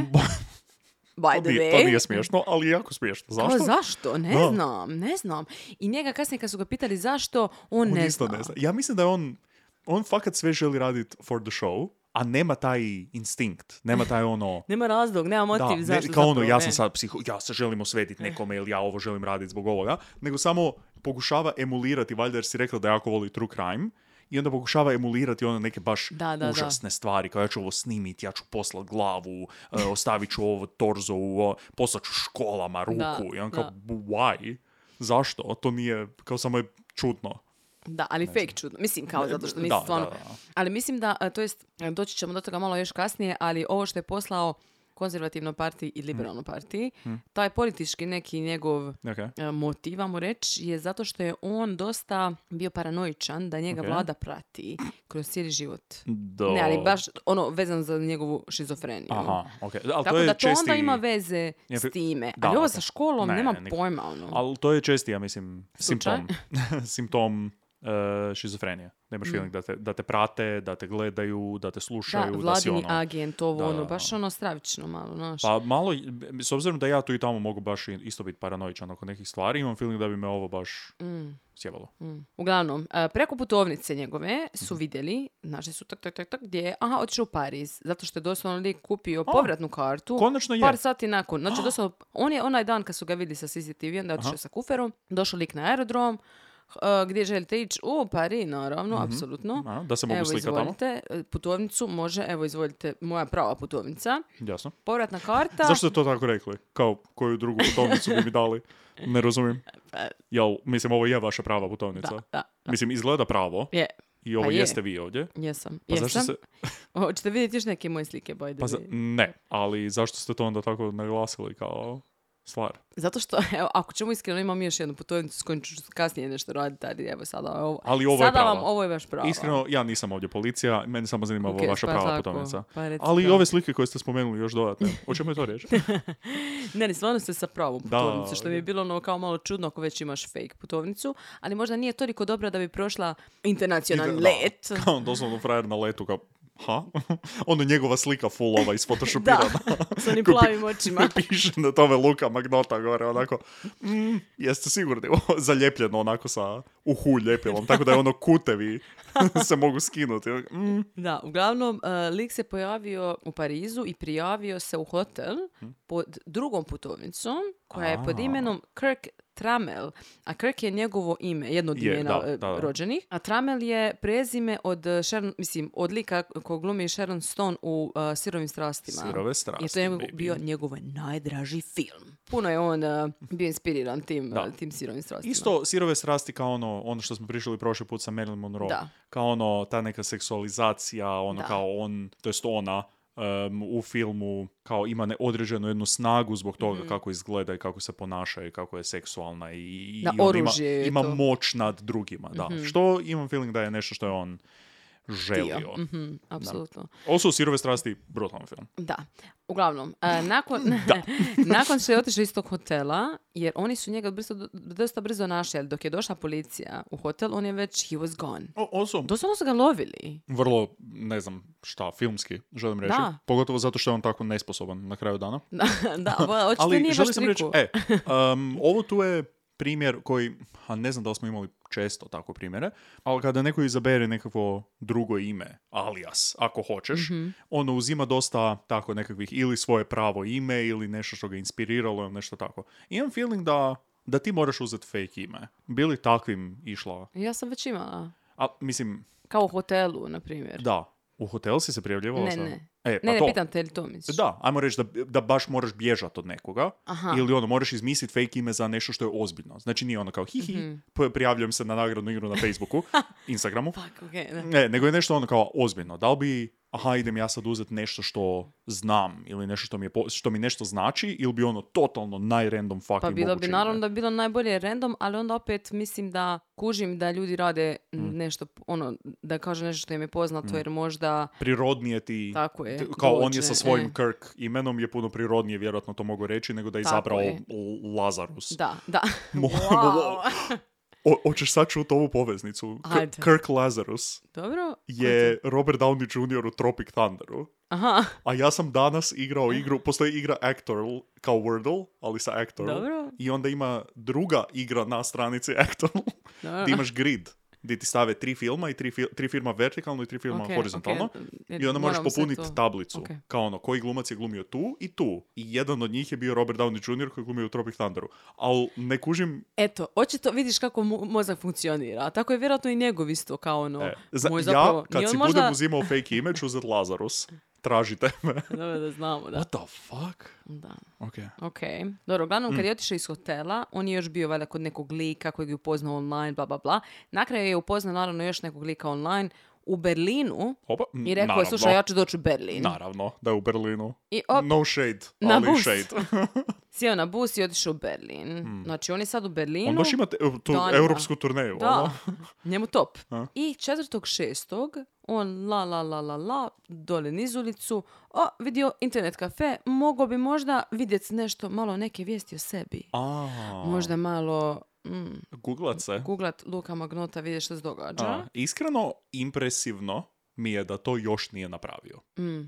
[SPEAKER 5] By
[SPEAKER 4] to,
[SPEAKER 5] the
[SPEAKER 4] nije,
[SPEAKER 5] way.
[SPEAKER 4] to nije smiješno, ali jako smiješno.
[SPEAKER 5] Kao,
[SPEAKER 4] Zašto?
[SPEAKER 5] zašto? Ne
[SPEAKER 4] Da.
[SPEAKER 5] znam, ne znam. I njega kasnije kad su ga pitali zašto, on,
[SPEAKER 4] On
[SPEAKER 5] ne,
[SPEAKER 4] isto
[SPEAKER 5] zna.
[SPEAKER 4] ne zna. Ja mislim da je on, on fakat sve želi radit for the show, a nema taj instinkt, nema taj ono...
[SPEAKER 5] Nema razlog, nema motiv
[SPEAKER 4] Da, ne-
[SPEAKER 5] zašto
[SPEAKER 4] kao ono,
[SPEAKER 5] zapravo,
[SPEAKER 4] ja
[SPEAKER 5] ne.
[SPEAKER 4] sam sad psiho, ja se želim osvetiti nekome ili ja ovo želim raditi zbog ovoga, nego samo pokušava emulirati, valjda jer si rekla da jako voli true crime, i onda pokušava emulirati ono neke baš
[SPEAKER 5] Da, da, da.
[SPEAKER 4] užasne stvari, kao ja ću ovo snimiti, ja ću poslat glavu, e, ostavit ću ovo torzo, u, o, poslat ću školama ruku,
[SPEAKER 5] Da,
[SPEAKER 4] i on kao,
[SPEAKER 5] da.
[SPEAKER 4] why? Zašto? To nije, kao samo je čudno.
[SPEAKER 5] Da, ali fake čudno. Mislim, kao zato što
[SPEAKER 4] da,
[SPEAKER 5] mislim
[SPEAKER 4] da,
[SPEAKER 5] stvarno.
[SPEAKER 4] da.
[SPEAKER 5] Ali mislim da, a, to jest, e, doći ćemo do toga malo još kasnije, ali ovo što je poslao konzervativnoj partiji i
[SPEAKER 4] Mm.
[SPEAKER 5] liberalnoj partiji, taj politički neki njegov
[SPEAKER 4] Okay.
[SPEAKER 5] e, motiv, mu reći, je zato što je on dosta bio paranoičan da njega
[SPEAKER 4] Ok.
[SPEAKER 5] vlada prati kroz cijeli život.
[SPEAKER 4] Do...
[SPEAKER 5] Ne, ali baš ono vezano za njegovu šizofreniju.
[SPEAKER 4] Aha, okej. Ali
[SPEAKER 5] Tako
[SPEAKER 4] to je
[SPEAKER 5] da to
[SPEAKER 4] česti...
[SPEAKER 5] onda ima veze
[SPEAKER 4] Ja bi-
[SPEAKER 5] s time.
[SPEAKER 4] Da,
[SPEAKER 5] ali ovo
[SPEAKER 4] ok.
[SPEAKER 5] sa školom,
[SPEAKER 4] Ne,
[SPEAKER 5] nemam
[SPEAKER 4] ne, nikak-
[SPEAKER 5] pojma. Ono.
[SPEAKER 4] Ali to je česti, ja mislim,
[SPEAKER 5] Slučaj?
[SPEAKER 4] simptom. simptom e, šizofrenije. Nemaš
[SPEAKER 5] Mm.
[SPEAKER 4] feeling da te, da te prate, da te gledaju, da te
[SPEAKER 5] da,
[SPEAKER 4] slušaju, da, si
[SPEAKER 5] vladini
[SPEAKER 4] ono...
[SPEAKER 5] agent, ovo,
[SPEAKER 4] Da, da,
[SPEAKER 5] ono,
[SPEAKER 4] da.
[SPEAKER 5] baš ono stravično malo, znaš.
[SPEAKER 4] Pa malo, s obzirom da ja tu i tamo mogu baš i- isto biti paranoičan oko nekih stvari, imam feeling da bi me ovo baš sjebalo.
[SPEAKER 5] Mm. Uglavnom, e, preko putovnice njegove su
[SPEAKER 4] Mhm.
[SPEAKER 5] vidjeli, znači su tak, tak, tak, tak, gdje je, aha, otišao u Pariz, zato što je doslovno lik kupio povratnu kartu.
[SPEAKER 4] Konačno je.
[SPEAKER 5] Par sati nakon. Znači, doslovno, on je onaj dan kad su ga vidjeli sa CCTV, onda je otišao sa kuferom, došao lik na aerodrom, h- e, gdje želite ići? U Pariz, naravno,
[SPEAKER 4] Mhm.
[SPEAKER 5] apsolutno.
[SPEAKER 4] A, da se mogu
[SPEAKER 5] evo,
[SPEAKER 4] slikati tamo.
[SPEAKER 5] izvolite, e, putovnicu može, evo, izvolite, moja prava putovnica.
[SPEAKER 4] Jasno.
[SPEAKER 5] Povratna karta.
[SPEAKER 4] Zašto ste to tako rekli? Kao koju drugu putovnicu bi mi dali? Ne razumijem. Jel, mislim, ovo je vaša prava putovnica.
[SPEAKER 5] Pa- Da, da.
[SPEAKER 4] Mislim, izgleda pravo
[SPEAKER 5] Je,
[SPEAKER 4] i ovo
[SPEAKER 5] Pa je.
[SPEAKER 4] jeste vi ovdje.
[SPEAKER 5] jesam,
[SPEAKER 4] Pa zašto
[SPEAKER 5] jesam.
[SPEAKER 4] se...
[SPEAKER 5] Hoćete vidjeti još neke moje slike, by the
[SPEAKER 4] Pa za-
[SPEAKER 5] way.
[SPEAKER 4] ne, ali zašto ste to onda tako naglasili kao stvar?
[SPEAKER 5] Zato što, evo, ako ćemo iskreno, imam još jednu putovnicu s kojom ću kasnije nešto raditi, ali evo sada je ovo.
[SPEAKER 4] Ali ovo je
[SPEAKER 5] sada
[SPEAKER 4] prava.
[SPEAKER 5] vam ovo je vaš pravo.
[SPEAKER 4] Iskreno, ja nisam ovdje policija, mene samo zanima
[SPEAKER 5] Ok,
[SPEAKER 4] ova vaša
[SPEAKER 5] pa
[SPEAKER 4] prava
[SPEAKER 5] tako,
[SPEAKER 4] putovnica.
[SPEAKER 5] pa recite
[SPEAKER 4] ali i
[SPEAKER 5] nam.
[SPEAKER 4] ove slike koje ste spomenuli još dodatne, o čemu je to riječ?
[SPEAKER 5] Ne, ne, stvarno ste sa pravom
[SPEAKER 4] Da.
[SPEAKER 5] putovnicu, što mi je bilo ono kao malo čudno ako već imaš fake putovnicu, ali možda nije toliko dobra da bi prošla internacionalni
[SPEAKER 4] Ide- da,
[SPEAKER 5] let.
[SPEAKER 4] Kao doslovno frajer na letu, kao, ha? Ono njegova slika full ova
[SPEAKER 5] Da,
[SPEAKER 4] isfotoshopirana.
[SPEAKER 5] s onim plavim očima.
[SPEAKER 4] Piše na tome Luka Magnota gore, onako, mm, jeste sigurni, zaljepljeno onako sa uhu ljepilom, tako da je ono kutevi se mogu skinuti. Mm.
[SPEAKER 5] Da, uglavnom, eh, lik se pojavio u Parizu i prijavio se u hotel pod drugom putovnicom koja je pod
[SPEAKER 4] Hm? A.
[SPEAKER 5] imenom Kirk Tramel. A Kirk je njegovo ime, jedno od
[SPEAKER 4] Je,
[SPEAKER 5] imena
[SPEAKER 4] da, da,
[SPEAKER 5] eh,
[SPEAKER 4] da.
[SPEAKER 5] rođenih. A Tramel je prezime od, eh, Sharon, mislim, od lika ko glumi Sharon Stone u eh, Sirovim strastima.
[SPEAKER 4] Sirove strasti,
[SPEAKER 5] Jer to je njegov-
[SPEAKER 4] baby.
[SPEAKER 5] bio njegov najdraži film. Puno je on eh, bio inspiriran tim,
[SPEAKER 4] Da.
[SPEAKER 5] eh, tim Sirovim strastima.
[SPEAKER 4] Isto sirove strasti kao ono, ono što smo prišli prošli put sa Marilyn Monroe.
[SPEAKER 5] Da.
[SPEAKER 4] Kao ono, ta neka seksualizacija, ono
[SPEAKER 5] Da.
[SPEAKER 4] kao on, to jest ona, em, u filmu kao ima ne, određenu jednu snagu zbog toga
[SPEAKER 5] Mhm.
[SPEAKER 4] kako izgleda i kako se ponaša i kako je seksualna i, i
[SPEAKER 5] Da,
[SPEAKER 4] on ima,
[SPEAKER 5] oružje je
[SPEAKER 4] ima
[SPEAKER 5] to. Mhm.
[SPEAKER 4] moć nad drugima. Da. Što imam feeling da je nešto što je on želio.
[SPEAKER 5] Mhm, apsolutno.
[SPEAKER 4] Also, Sirove strasti, brutalan film.
[SPEAKER 5] Da. Uglavnom, e, nakon, nakon što je otišao iz tog hotela, jer oni su njega brzo, dosta brzo našli, ali dok je došla policija u hotel, on je već, he was gone.
[SPEAKER 4] O, also,
[SPEAKER 5] Doslovno su ga lovili.
[SPEAKER 4] vrlo, ne znam šta, filmski, želim reći.
[SPEAKER 5] Da.
[SPEAKER 4] Pogotovo zato što je on tako nesposoban na kraju dana.
[SPEAKER 5] Da, da, bo- očito
[SPEAKER 4] Ali
[SPEAKER 5] nije baš
[SPEAKER 4] želim sam reći,
[SPEAKER 5] triku.
[SPEAKER 4] e, um, ovo tu je primjer koji, a ne znam da li smo imali često tako primjere, ali kada neko izabere nekakvo drugo ime, alias, ako hoćeš,
[SPEAKER 5] Mhm.
[SPEAKER 4] ono uzima dosta tako nekakvih ili svoje pravo ime ili nešto što ga inspiriralo ili nešto tako. Imam feeling da, da ti moraš uzeti fake ime. Bili takvim išla?
[SPEAKER 5] Ja sam već imala.
[SPEAKER 4] A, mislim,
[SPEAKER 5] Kao u hotelu, na primjer.
[SPEAKER 4] da. U hotel si se prijavljivala?
[SPEAKER 5] Ne,
[SPEAKER 4] za-
[SPEAKER 5] ne.
[SPEAKER 4] E, pa
[SPEAKER 5] Ne, ne,
[SPEAKER 4] to.
[SPEAKER 5] pitam te, je li to misliš?
[SPEAKER 4] Znači, Da, ajmo reći da, da baš moraš bježat od nekoga
[SPEAKER 5] Aha.
[SPEAKER 4] ili ono, moraš izmisliti fake ime za nešto što je ozbiljno. Znači nije ono kao hihi,
[SPEAKER 5] Mhm.
[SPEAKER 4] p- prijavljujem se na nagradnu igru na Facebooku, Instagramu.
[SPEAKER 5] Fuck, okej, da.
[SPEAKER 4] Ne, nego je nešto ono kao ozbiljno. Da li bi, aha, idem ja sad uzeti nešto što znam ili nešto što mi, je po- što mi nešto znači ili bi ono totalno najrandom fucking
[SPEAKER 5] Pa bilo
[SPEAKER 4] moguće
[SPEAKER 5] bi
[SPEAKER 4] ime?
[SPEAKER 5] naravno da bi bilo najbolje random, ali onda opet mislim da kužim da ljudi rade
[SPEAKER 4] Mm.
[SPEAKER 5] nešto, ono, da kažu nešto što im je poznato, jer možda,
[SPEAKER 4] Prirodnije ti,
[SPEAKER 5] Tako je,
[SPEAKER 4] t- kao on
[SPEAKER 5] dođe,
[SPEAKER 4] je sa svojim
[SPEAKER 5] e.
[SPEAKER 4] Kirk imenom je puno prirodnije, vjerojatno to mogu reći, nego da je
[SPEAKER 5] Tako
[SPEAKER 4] izabrao
[SPEAKER 5] je.
[SPEAKER 4] L- Lazarus.
[SPEAKER 5] da, da.
[SPEAKER 4] Mo-
[SPEAKER 5] Wow.
[SPEAKER 4] O, hoćeš sad čuti ovu poveznicu? K-
[SPEAKER 5] Ajde.
[SPEAKER 4] Kirk Lazarus
[SPEAKER 5] Dobro.
[SPEAKER 4] je Robert Downey Jr. u Tropic Thunderu.
[SPEAKER 5] Aha,
[SPEAKER 4] A ja sam danas igrao igru, postoji igra Actorl, kao Wordle, ali sa Actorl.
[SPEAKER 5] Dobro.
[SPEAKER 4] I onda ima druga igra na stranici Actorl,
[SPEAKER 5] Dobro.
[SPEAKER 4] gdje imaš grid, gdje ti stave tri filma i tri, fil- tri filma vertikalno i tri filma
[SPEAKER 5] Ok,
[SPEAKER 4] ono horizontalno.
[SPEAKER 5] ok, jer
[SPEAKER 4] I onda moraš
[SPEAKER 5] moram sad
[SPEAKER 4] popuniti
[SPEAKER 5] to-
[SPEAKER 4] tablicu.
[SPEAKER 5] ok.
[SPEAKER 4] Kao ono, koji glumac je glumio tu i tu. I jedan od njih je bio Robert Downey Jr. koji je glumio u Tropic Thunderu. Ali ne kužim
[SPEAKER 5] Eto, očito vidiš kako mo- mozak funkcionira. Tako je vjerojatno i njegov isto kao ono.
[SPEAKER 4] E, za-
[SPEAKER 5] moj zapravo-
[SPEAKER 4] ja, kad
[SPEAKER 5] nije on
[SPEAKER 4] si
[SPEAKER 5] možda-
[SPEAKER 4] budem uzimao fake ime, ću uzet Lazarus. Tražite me.
[SPEAKER 5] Dobro, da znamo, da.
[SPEAKER 4] What the fuck?
[SPEAKER 5] da.
[SPEAKER 4] Ok.
[SPEAKER 5] Ok. Dobro, uglavnom
[SPEAKER 4] Mm.
[SPEAKER 5] kad je otišao iz hotela, on je još bio valjda kod nekog lika kojeg je upoznao online, bla, bla, bla. Na kraju je upoznao naravno još nekog lika online u Berlinu
[SPEAKER 4] Opa, m,
[SPEAKER 5] i rekao je,
[SPEAKER 4] naravno.
[SPEAKER 5] slušaj, ja ću doći u Berlin.
[SPEAKER 4] Naravno, Mm. da je u Berlinu.
[SPEAKER 5] I op,
[SPEAKER 4] No shade,
[SPEAKER 5] Na
[SPEAKER 4] ali
[SPEAKER 5] bus.
[SPEAKER 4] shade.
[SPEAKER 5] sjeo na bus i otišao u Berlin. Znači, on je sad u Berlinu.
[SPEAKER 4] Mm. On baš ima te- tu
[SPEAKER 5] Da, da.
[SPEAKER 4] europsku turneju.
[SPEAKER 5] Da,
[SPEAKER 4] ono.
[SPEAKER 5] njemu top.
[SPEAKER 4] A?
[SPEAKER 5] I četvrtog šestog, on la la la la la, dole niz ulicu, o, vidio internet kafe, mogao bi možda vidjeti nešto, malo neke vijesti o sebi.
[SPEAKER 4] A,
[SPEAKER 5] Možda malo mm,
[SPEAKER 4] googlat se.
[SPEAKER 5] googlat Luka Magnota, vidjeti što se događa.
[SPEAKER 4] A, iskreno, impresivno mi je da to još nije napravio.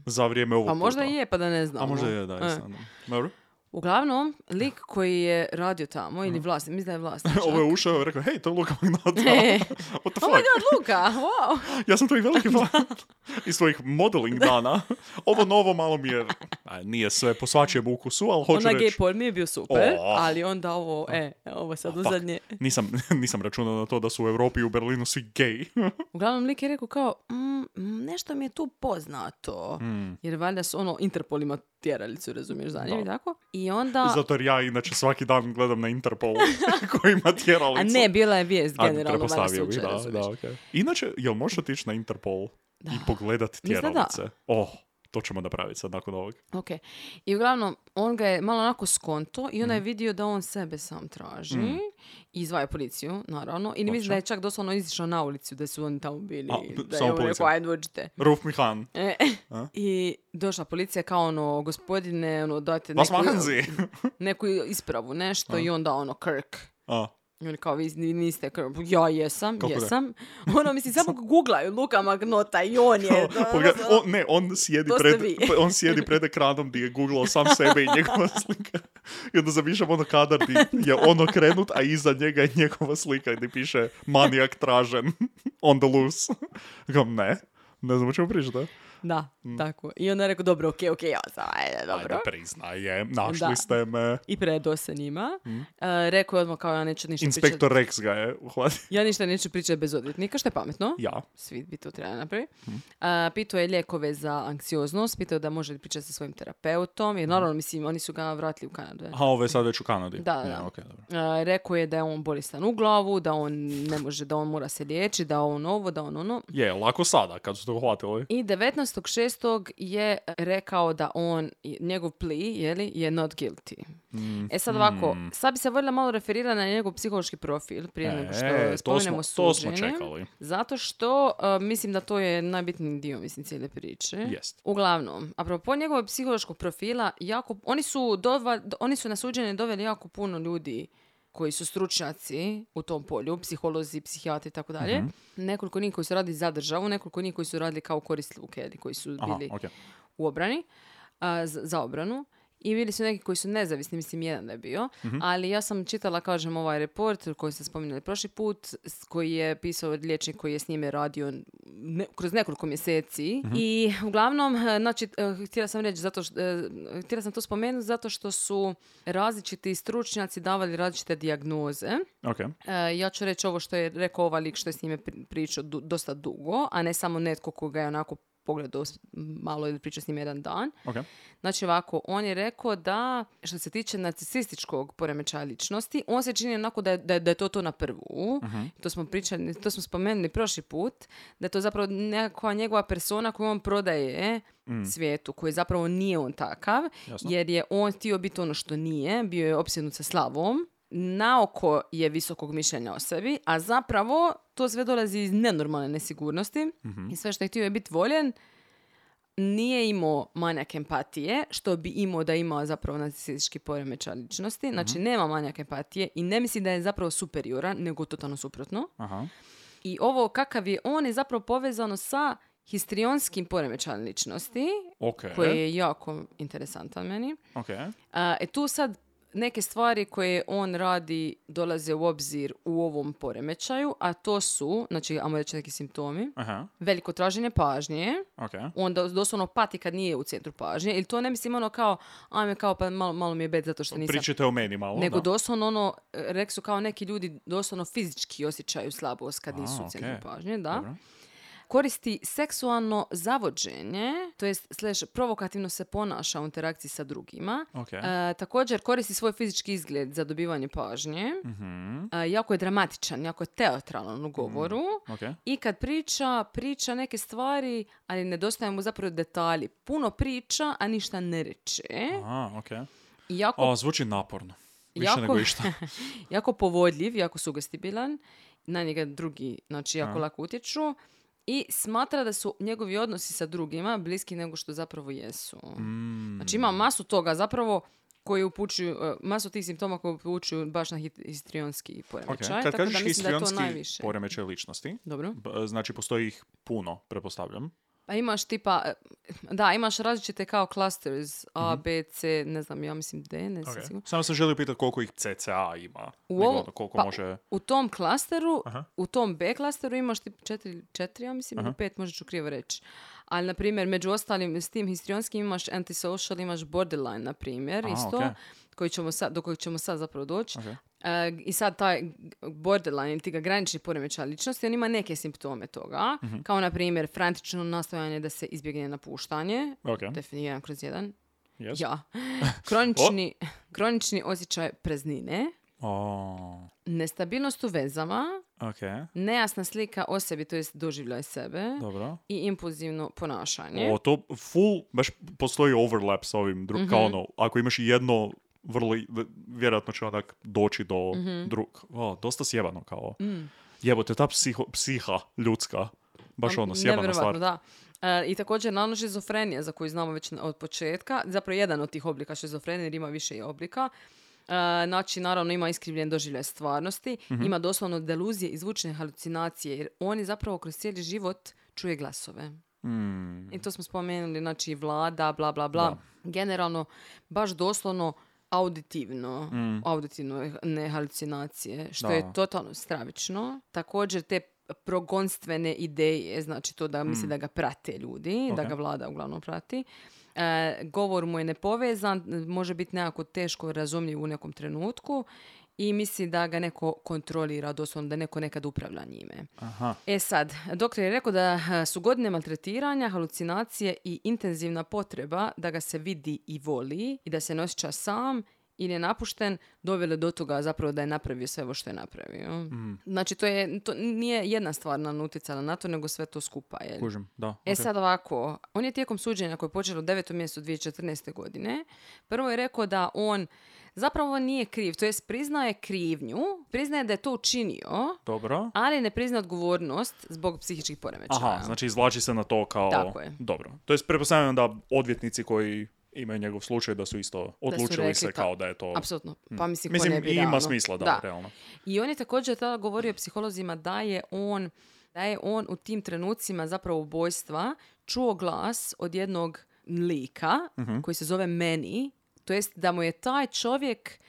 [SPEAKER 4] Za vrijeme ovog
[SPEAKER 5] Pa možda
[SPEAKER 4] puta.
[SPEAKER 5] je, pa da ne znam.
[SPEAKER 4] A možda je, da.
[SPEAKER 5] E.
[SPEAKER 4] jesam. Dobro.
[SPEAKER 5] Uglavnom, lik koji je radio tamo, ili vlasnik, mislim da je vlasnik. čak.
[SPEAKER 4] Ovo je ušao i rekao, hej, to je Luka Magnata.
[SPEAKER 5] E.
[SPEAKER 4] What the
[SPEAKER 5] Oh my
[SPEAKER 4] fuck?
[SPEAKER 5] god, Luka, wow!
[SPEAKER 4] Ja sam to i veliki fan iz svojih modeling dana. Ovo novo malo mi je, a, nije sve po svačijem ukusu, ali hoću
[SPEAKER 5] Ona
[SPEAKER 4] reći,
[SPEAKER 5] gay porn mi je bio super,
[SPEAKER 4] Oh.
[SPEAKER 5] ali onda ovo, e, ovo sad u zadnje.
[SPEAKER 4] nisam, nisam računao na to da su u Europi i u Berlinu svi gay.
[SPEAKER 5] Uglavnom, lik je rekao kao, "Mm, mm, nešto mi je tu poznato.
[SPEAKER 4] Mm.
[SPEAKER 5] Jer valjda su ono Interpol ima tjeralicu, razumiješ, za njim i tako. I onda...
[SPEAKER 4] Zato jer ja inači svaki dan gledam na Interpol koji ima tjeralicu.
[SPEAKER 5] A ne, bila je vijest
[SPEAKER 4] A,
[SPEAKER 5] generalno, valjda
[SPEAKER 4] pretpostavio
[SPEAKER 5] slučaj,
[SPEAKER 4] bi, da,
[SPEAKER 5] razumiješ.
[SPEAKER 4] da, okej. Inače, jel možeš otići na Interpol i pogledat
[SPEAKER 5] Mislim da da.
[SPEAKER 4] tjeralice? Oh, to ćemo napraviti sad nakon ovog.
[SPEAKER 5] Ok. I uglavnom, on ga je malo onako skonto i onda
[SPEAKER 4] Mm.
[SPEAKER 5] je vidio da on sebe sam traži. I zvao je policiju, naravno. I mislim da je čak doslovno izišao na ulicu da su oni tamo bili.
[SPEAKER 4] A,
[SPEAKER 5] da je
[SPEAKER 4] samo
[SPEAKER 5] on
[SPEAKER 4] policija.
[SPEAKER 5] rekao, ajde dođite.
[SPEAKER 4] Ruf Mihan,
[SPEAKER 5] E,
[SPEAKER 4] A?
[SPEAKER 5] I došla policija kao ono, gospodine, ono, dajte
[SPEAKER 4] vas
[SPEAKER 5] neku,
[SPEAKER 4] machen Sie?
[SPEAKER 5] neku ispravu, nešto. I onda ono, Kirk.
[SPEAKER 4] A,
[SPEAKER 5] I on kao, vi ni- niste Kirk. Ja jesam,
[SPEAKER 4] Kako da?
[SPEAKER 5] jesam. Ono, mislim, samo googlaju Luka Magnota i on je. ono,
[SPEAKER 4] Pogled- on- ne, on sjedi,
[SPEAKER 5] To ste
[SPEAKER 4] pred,
[SPEAKER 5] vi.
[SPEAKER 4] on sjedi pred ekranom gdje je googlao sam sebe i njegova slika. I onda zamišljam ono kadar di je on okrenut, a iza njega je njegova slika gdje piše manijak tražen, on the loose. Kao, ne, ne znam o čemu pričate.
[SPEAKER 5] Da, tako. I onda je rekao, dobro, okej, okej, ja sam, ajde, dobro.
[SPEAKER 4] Mm. Ajde, priznajem, našli
[SPEAKER 5] Da.
[SPEAKER 4] ste me.
[SPEAKER 5] i predao se njima. E, rekao je odmah kao ja neću ništa pričati.
[SPEAKER 4] Mm. Inspektor Rex ga je uhvatio.
[SPEAKER 5] Ja ništa neću pričati bez odvjetnika, što je pametno.
[SPEAKER 4] Ja. Mm.
[SPEAKER 5] Svi bi to trebali napraviti. E, pitao je lijekove za anksioznost, pitao je da može li pričati sa svojim terapeutom,
[SPEAKER 4] Mm.
[SPEAKER 5] jer naravno, mislim, oni su ga vratili u Kanadu.
[SPEAKER 4] A ovo je sad već u Kanadi.
[SPEAKER 5] Da, da.
[SPEAKER 4] Ja, okej, dobro.
[SPEAKER 5] E, rekao je da je on bolestan u glavu, da on ne može, da on mora se liječiti, da on ovo, da on ono.
[SPEAKER 4] Je, lako sada kad su to uhvatili.
[SPEAKER 5] I 19.6. je rekao da on, njegov pli, jeli, je not guilty. E sad ovako,
[SPEAKER 4] Mhm.
[SPEAKER 5] sad bi se voljela malo referirati na njegov psihološki profil prije nego što
[SPEAKER 4] E, to
[SPEAKER 5] spomenemo
[SPEAKER 4] smo- to smo
[SPEAKER 5] suđenje.
[SPEAKER 4] čekali.
[SPEAKER 5] Zato što uh, mislim da to je najbitniji dio mislim cijele priče.
[SPEAKER 4] Jest.
[SPEAKER 5] Uglavnom, apropo njegovog psihološkog profila, jako, oni, su dova, oni su na suđenje doveli jako puno ljudi koji su stručnjaci u tom polju, psiholozi, psihijatri i tako
[SPEAKER 4] Mhm.
[SPEAKER 5] dalje. Nekoliko njih koji su radili za državu, nekoliko njih koji su radili kao korist luke ili koji su
[SPEAKER 4] Aha,
[SPEAKER 5] bili
[SPEAKER 4] okej.
[SPEAKER 5] u obrani, a, z- za obranu. I bili su neki koji su nezavisni, mislim jedan da je bio, ali ja sam čitala, kažem, ovaj report koji ste spominjali prošli put, s- koji je pisao liječnik koji je s njime radio ne- kroz nekoliko mjeseci. I uglavnom, e, znači, e, htjela sam reći, zato što, e, htjela sam to spomenuti zato što su različiti stručnjaci davali različite dijagnoze.
[SPEAKER 4] Okej.
[SPEAKER 5] E, ja ću reći ovo što je rekao ovaj lik što je s njime pri- pričao du- dosta dugo, a ne samo netko koga je onako pogledao s- malo ili pričao s njim jedan dan.
[SPEAKER 4] Ok.
[SPEAKER 5] Znači ovako, on je rekao da što se tiče narcisističkog poremećaja ličnosti, on se čini onako da je, da je, da je to to na prvu. To smo pričali, to smo spomenuli prošli put, da je to zapravo nekakva njegova persona koju on prodaje svijetu, koji zapravo nije on takav,
[SPEAKER 4] Jasno.
[SPEAKER 5] jer je on htio biti ono što nije, bio je opsjednut sa slavom, naoko je visokog mišljenja o sebi, a zapravo to sve dolazi iz nenormalne nesigurnosti i sve što je htio je biti voljen, nije imao manjak empatije, što bi imao da ima zapravo narcisistički poremećaj ličnosti. Znači, nema manjak empatije i ne misli da je zapravo superioran, nego totalno suprotno.
[SPEAKER 4] Aha.
[SPEAKER 5] I ovo kakav je on je zapravo povezano sa histrionskim poremećajem ličnosti,
[SPEAKER 4] Ok.
[SPEAKER 5] koji je jako interesantan meni.
[SPEAKER 4] Ok.
[SPEAKER 5] A, e tu sad neke stvari koje on radi dolaze u obzir u ovom poremećaju, a to su, znači, ajmo reći neki simptomi,
[SPEAKER 4] Aha.
[SPEAKER 5] veliko traženje pažnje,
[SPEAKER 4] Ok.
[SPEAKER 5] onda doslovno pati kad nije u centru pažnje, ili to ne mislim ono kao, ajme kao pa malo, malo mi je bed zato što nisam...
[SPEAKER 4] Pričajte o meni malo.
[SPEAKER 5] Nego
[SPEAKER 4] da.
[SPEAKER 5] doslovno ono, e, rekli su kao neki ljudi doslovno fizički osjećaju slabost kad
[SPEAKER 4] A,
[SPEAKER 5] nisu u centru
[SPEAKER 4] okej.
[SPEAKER 5] pažnje, da.
[SPEAKER 4] Dobro.
[SPEAKER 5] Koristi seksualno zavođenje, to jest slash provokativno se ponaša u interakciji sa drugima.
[SPEAKER 4] Ok.
[SPEAKER 5] E, također koristi svoj fizički izgled za dobivanje pažnje.
[SPEAKER 4] Mhm.
[SPEAKER 5] E, jako je dramatičan, jako je teatralan u govoru.
[SPEAKER 4] Ok.
[SPEAKER 5] I kad priča, priča neke stvari, ali nedostaje mu zapravo detalji. Puno priča, a ništa ne reče.
[SPEAKER 4] Aha, ok.
[SPEAKER 5] I jako
[SPEAKER 4] O, zvuči naporno. Više
[SPEAKER 5] Jako-
[SPEAKER 4] nego išta.
[SPEAKER 5] jako povodljiv, jako sugestibilan, na njega drugi, znači jako
[SPEAKER 4] A.
[SPEAKER 5] lako utječu i smatra da su njegovi odnosi sa drugima bliski nego što zapravo jesu.
[SPEAKER 4] Mm.
[SPEAKER 5] Znači ima masu toga zapravo koji upućuju, e, masu tih simptoma koji upućuju baš na hit- histrionski
[SPEAKER 4] Ok,
[SPEAKER 5] poremećaj,
[SPEAKER 4] Kad
[SPEAKER 5] tako da
[SPEAKER 4] kažeš
[SPEAKER 5] mislim da je to
[SPEAKER 4] histrionski
[SPEAKER 5] najviše.
[SPEAKER 4] poremećaj ličnosti,
[SPEAKER 5] Dobro.
[SPEAKER 4] b- znači postoji ih puno, prepostavljam.
[SPEAKER 5] Pa imaš tipa, e, da, imaš različite kao clusters, A, B, C, ne znam, ja mislim D, ne znam
[SPEAKER 4] Mhm. Ok.
[SPEAKER 5] sigurno.
[SPEAKER 4] Samo sam želio pitati koliko ih CCA ima.
[SPEAKER 5] U
[SPEAKER 4] nego
[SPEAKER 5] ovo-
[SPEAKER 4] ono koliko
[SPEAKER 5] pa-
[SPEAKER 4] može...
[SPEAKER 5] U tom klasteru,
[SPEAKER 4] Aha.
[SPEAKER 5] u tom B klasteru imaš ti četiri, četiri ja mislim, ili pet, možda ću krivo reći. Ali, na primjer, među ostalim, s tim histrionskim imaš antisocial, imaš borderline, na primjer,
[SPEAKER 4] A,
[SPEAKER 5] isto,
[SPEAKER 4] ok.
[SPEAKER 5] koji ćemo sad, do kojeg ćemo sad zapravo doći.
[SPEAKER 4] Ok.
[SPEAKER 5] E, I sad taj borderline ili ti ga granični poremećaj ličnosti, on ima neke simptome toga,
[SPEAKER 4] Mhm.
[SPEAKER 5] kao na primjer frantično nastojanje da se izbjegne napuštanje,
[SPEAKER 4] Ok,
[SPEAKER 5] definiran kroz jedan,
[SPEAKER 4] yes.
[SPEAKER 5] ja, kronični, kronični osjećaj preznine,
[SPEAKER 4] O,
[SPEAKER 5] nestabilnost u vezama,
[SPEAKER 4] ok,
[SPEAKER 5] nejasna slika o sebi, to jest doživljaj sebe
[SPEAKER 4] dobro.
[SPEAKER 5] i impulzivno ponašanje.
[SPEAKER 4] O, to full, baš postoji overlap sa ovim, dru-
[SPEAKER 5] Mhm.
[SPEAKER 4] kao ono, ako imaš jedno vrlo, i- v- vjerojatno će onak doći do
[SPEAKER 5] Mhm.
[SPEAKER 4] drug. O, dosta sjebano kao.
[SPEAKER 5] Mm.
[SPEAKER 4] Jebote, ta psiho, psiha ljudska, baš
[SPEAKER 5] Am,
[SPEAKER 4] ono, sjebana
[SPEAKER 5] nevjerovatno,
[SPEAKER 4] stvar.
[SPEAKER 5] da. E, I također naravno šizofrenija za koju znamo već na- od početka, zapravo jedan od tih oblika šizofrenije jer ima više i oblika. E, znači, naravno, ima iskrivljen doživljaj stvarnosti,
[SPEAKER 4] Mhm.
[SPEAKER 5] ima doslovno deluzije i zvučne halucinacije, jer oni zapravo kroz cijeli život čuje glasove.
[SPEAKER 4] Mm,
[SPEAKER 5] I to smo spomenuli, znači vlada, bla, bla, bla. Generalno, baš doslovno auditivno, auditivno ne halucinacije, što
[SPEAKER 4] Mm. Da.
[SPEAKER 5] je totalno stravično. Također te progonstvene ideje, znači to da misli da ga prate ljudi, da
[SPEAKER 4] Mm. Ok.
[SPEAKER 5] ga vlada uglavnom prati. E, govor mu je nepovezan, može biti nekako teško razumljiv u nekom trenutku i misli da ga neko kontrolira, doslovno da neko nekad upravlja njime.
[SPEAKER 4] aha,
[SPEAKER 5] E sad, doktor je rekao da eh, su godine maltretiranja, halucinacije i intenzivna potreba da ga se vidi i voli i da se ne osjeća sam ili je napušten, dovele do toga zapravo da je napravio sve ovo što je napravio.
[SPEAKER 4] mm,
[SPEAKER 5] Znači, to, je, to nije jedna stvar nam utjecala na to, nego sve to skupa. Jel?
[SPEAKER 4] kužim, da.
[SPEAKER 5] E
[SPEAKER 4] ok.
[SPEAKER 5] sad ovako, on je tijekom suđenja koje je počelo u 9. mjesecu 2014. godine, prvo je rekao da on zapravo nije kriv, to jest priznaje krivnju, priznaje da je to učinio,
[SPEAKER 4] Dobro.
[SPEAKER 5] ali ne prizna odgovornost zbog psihičkih poremećaja.
[SPEAKER 4] Aha, znači izvlači se na to kao...
[SPEAKER 5] Tako je.
[SPEAKER 4] Dobro. To jest, pretpostavljam da odvjetnici koji imaju njegov slučaj da su isto odlučili
[SPEAKER 5] rekli
[SPEAKER 4] se
[SPEAKER 5] pa-
[SPEAKER 4] kao da je to... Hm.
[SPEAKER 5] Apsolutno. Pa mislim, ko
[SPEAKER 4] Mislim,
[SPEAKER 5] ne bi,
[SPEAKER 4] ima
[SPEAKER 5] ono.
[SPEAKER 4] smisla, da, realno.
[SPEAKER 5] I on je također tada govorio psiholozima da je on da je on u tim trenucima zapravo ubojstva čuo glas od jednog lika
[SPEAKER 4] Mhm.
[SPEAKER 5] koji se zove Meni, to jest da mu je taj čovjek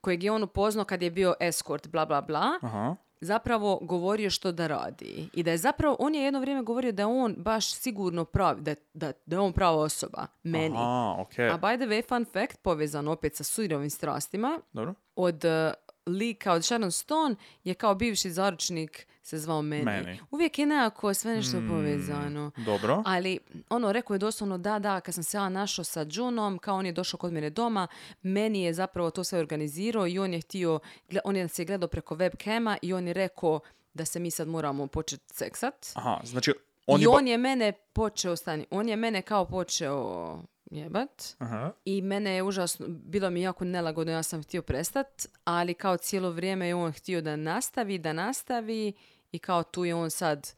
[SPEAKER 5] kojeg je on upoznao kad je bio escort, bla, bla, bla,
[SPEAKER 4] Aha.
[SPEAKER 5] zapravo govorio što da radi. I da je zapravo, on je jedno vrijeme govorio da je on baš sigurno pravi, da, da, da je on prava osoba, meni.
[SPEAKER 4] Aha, e. okej.
[SPEAKER 5] A by the way, fun fact, povezan opet sa surovim strastima,
[SPEAKER 4] Dobro.
[SPEAKER 5] od, eh, lik kao Sharon Stone je kao bivši zaručnik se zvao meni.
[SPEAKER 4] Meni.
[SPEAKER 5] Uvijek je nekako sve nešto povezano.
[SPEAKER 4] Dobro.
[SPEAKER 5] Ali, ono, rekao je doslovno da, da, kad sam se ja našao sa Junom, kao on je došao kod mene doma, meni je zapravo to sve organizirao i on je htio, gle- on je nas je gledao preko webcama i on je rekao da se mi sad moramo početi seksat.
[SPEAKER 4] Aha, znači on
[SPEAKER 5] I
[SPEAKER 4] je... ba-
[SPEAKER 5] on je mene počeo, stani, on je mene kao počeo jebat
[SPEAKER 4] Aha.
[SPEAKER 5] i mene je užasno, bilo mi jako nelagodno, ja sam htio prestat, ali kao cijelo vrijeme je on htio da nastavi, da nastavi i kao tu je on sad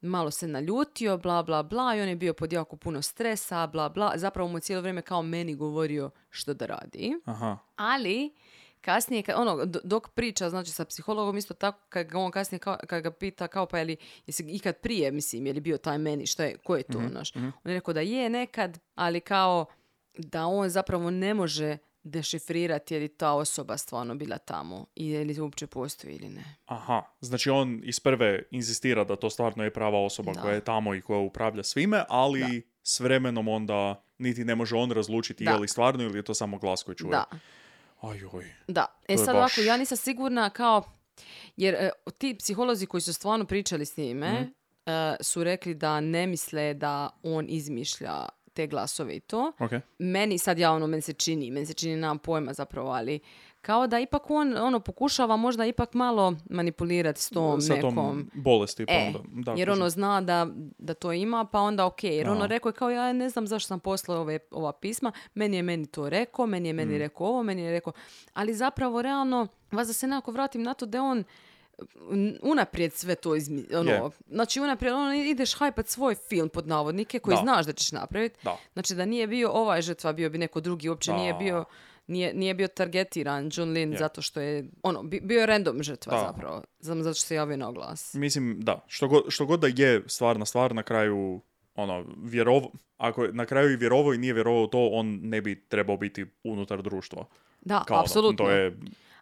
[SPEAKER 5] malo se naljutio, bla, bla, bla i on je bio pod jako puno stresa, bla, bla. Zapravo mu je cijelo vrijeme kao meni govorio što da radi.
[SPEAKER 4] Aha.
[SPEAKER 5] Ali, kasnije, ka- ono, do- dok priča, znači, sa psihologom, isto tako, kad ga on kasnije, kao, kad ga pita, kao, pa je li, jesi ikad prije, mislim, je li bio taj meni, šta je, ko je to, znaš? On je rekao da je nekad, ali kao, da on zapravo ne može dešifrirati je li ta osoba stvarno bila tamo i je li uopće postoji ili ne.
[SPEAKER 4] Aha, znači on iz prve inzistira da to stvarno je prava osoba
[SPEAKER 5] Da.
[SPEAKER 4] koja je tamo i koja upravlja svime, ali s vremenom onda niti ne može on razlučiti
[SPEAKER 5] Da.
[SPEAKER 4] je li stvarno ili je to samo glas koji čuje.
[SPEAKER 5] Da.
[SPEAKER 4] Ajoj.
[SPEAKER 5] Da, e
[SPEAKER 4] To je
[SPEAKER 5] sad
[SPEAKER 4] baš-
[SPEAKER 5] ovako, ja nisam sigurna kao, jer e, ti psiholozi koji su stvarno pričali s njime
[SPEAKER 4] Mhm.
[SPEAKER 5] e, su rekli da ne misle da on izmišlja te glasove i to.
[SPEAKER 4] Ok.
[SPEAKER 5] Meni sad ja ono, meni se čini, meni se čini nam pojma zapravo, ali kao da ipak on ono pokušava možda ipak malo manipulirati s tom
[SPEAKER 4] Sa
[SPEAKER 5] nekom.
[SPEAKER 4] tom bolesti. pa
[SPEAKER 5] E,
[SPEAKER 4] onda- da,
[SPEAKER 5] jer
[SPEAKER 4] kužim.
[SPEAKER 5] ono zna da, da to ima, pa onda ok. Jer ono
[SPEAKER 4] Aha.
[SPEAKER 5] rekao je kao ja ne znam zašto sam poslao ove, ova pisma, meni je meni to rekao, meni je
[SPEAKER 4] Mm.
[SPEAKER 5] meni rekao ovo, meni je rekao... Ali zapravo, realno, vas da se nekako vratim na to da je on n- unaprijed sve to izmi... Ono,
[SPEAKER 4] Je.
[SPEAKER 5] Znači, unaprijed ono, ideš hajpat svoj film pod navodnike koji
[SPEAKER 4] Da.
[SPEAKER 5] znaš da ćeš napraviti.
[SPEAKER 4] Da.
[SPEAKER 5] Znači, da nije bio ovaj žrtva, bio bi neko drugi, uopće nije
[SPEAKER 4] Da.
[SPEAKER 5] bio... Nije, nije bio targetiran John Lin
[SPEAKER 4] Je.
[SPEAKER 5] zato što je, ono, bi- bio je random žrtva
[SPEAKER 4] Da.
[SPEAKER 5] zapravo. Znam zato što se javio na oglas.
[SPEAKER 4] Mislim, da. Što god, što god da je stvarna stvar, na kraju, ono, vjerovo, ako je na kraju i vjerovao i nije vjerovao u to, on ne bi trebao biti unutar društva.
[SPEAKER 5] Da,
[SPEAKER 4] Kao, ono,
[SPEAKER 5] apsolutno.
[SPEAKER 4] To je,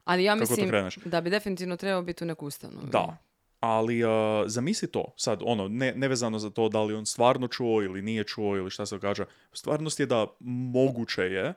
[SPEAKER 5] Ali ja
[SPEAKER 4] Kako to
[SPEAKER 5] mislim
[SPEAKER 4] kreneš?
[SPEAKER 5] da bi definitivno trebao biti u neku ustanovu.
[SPEAKER 4] da. Ali uh, zamisli to, sad, ono, ne, nevezano za to da li on stvarno čuo ili nije čuo ili šta se događa. Stvarnost je da moguće je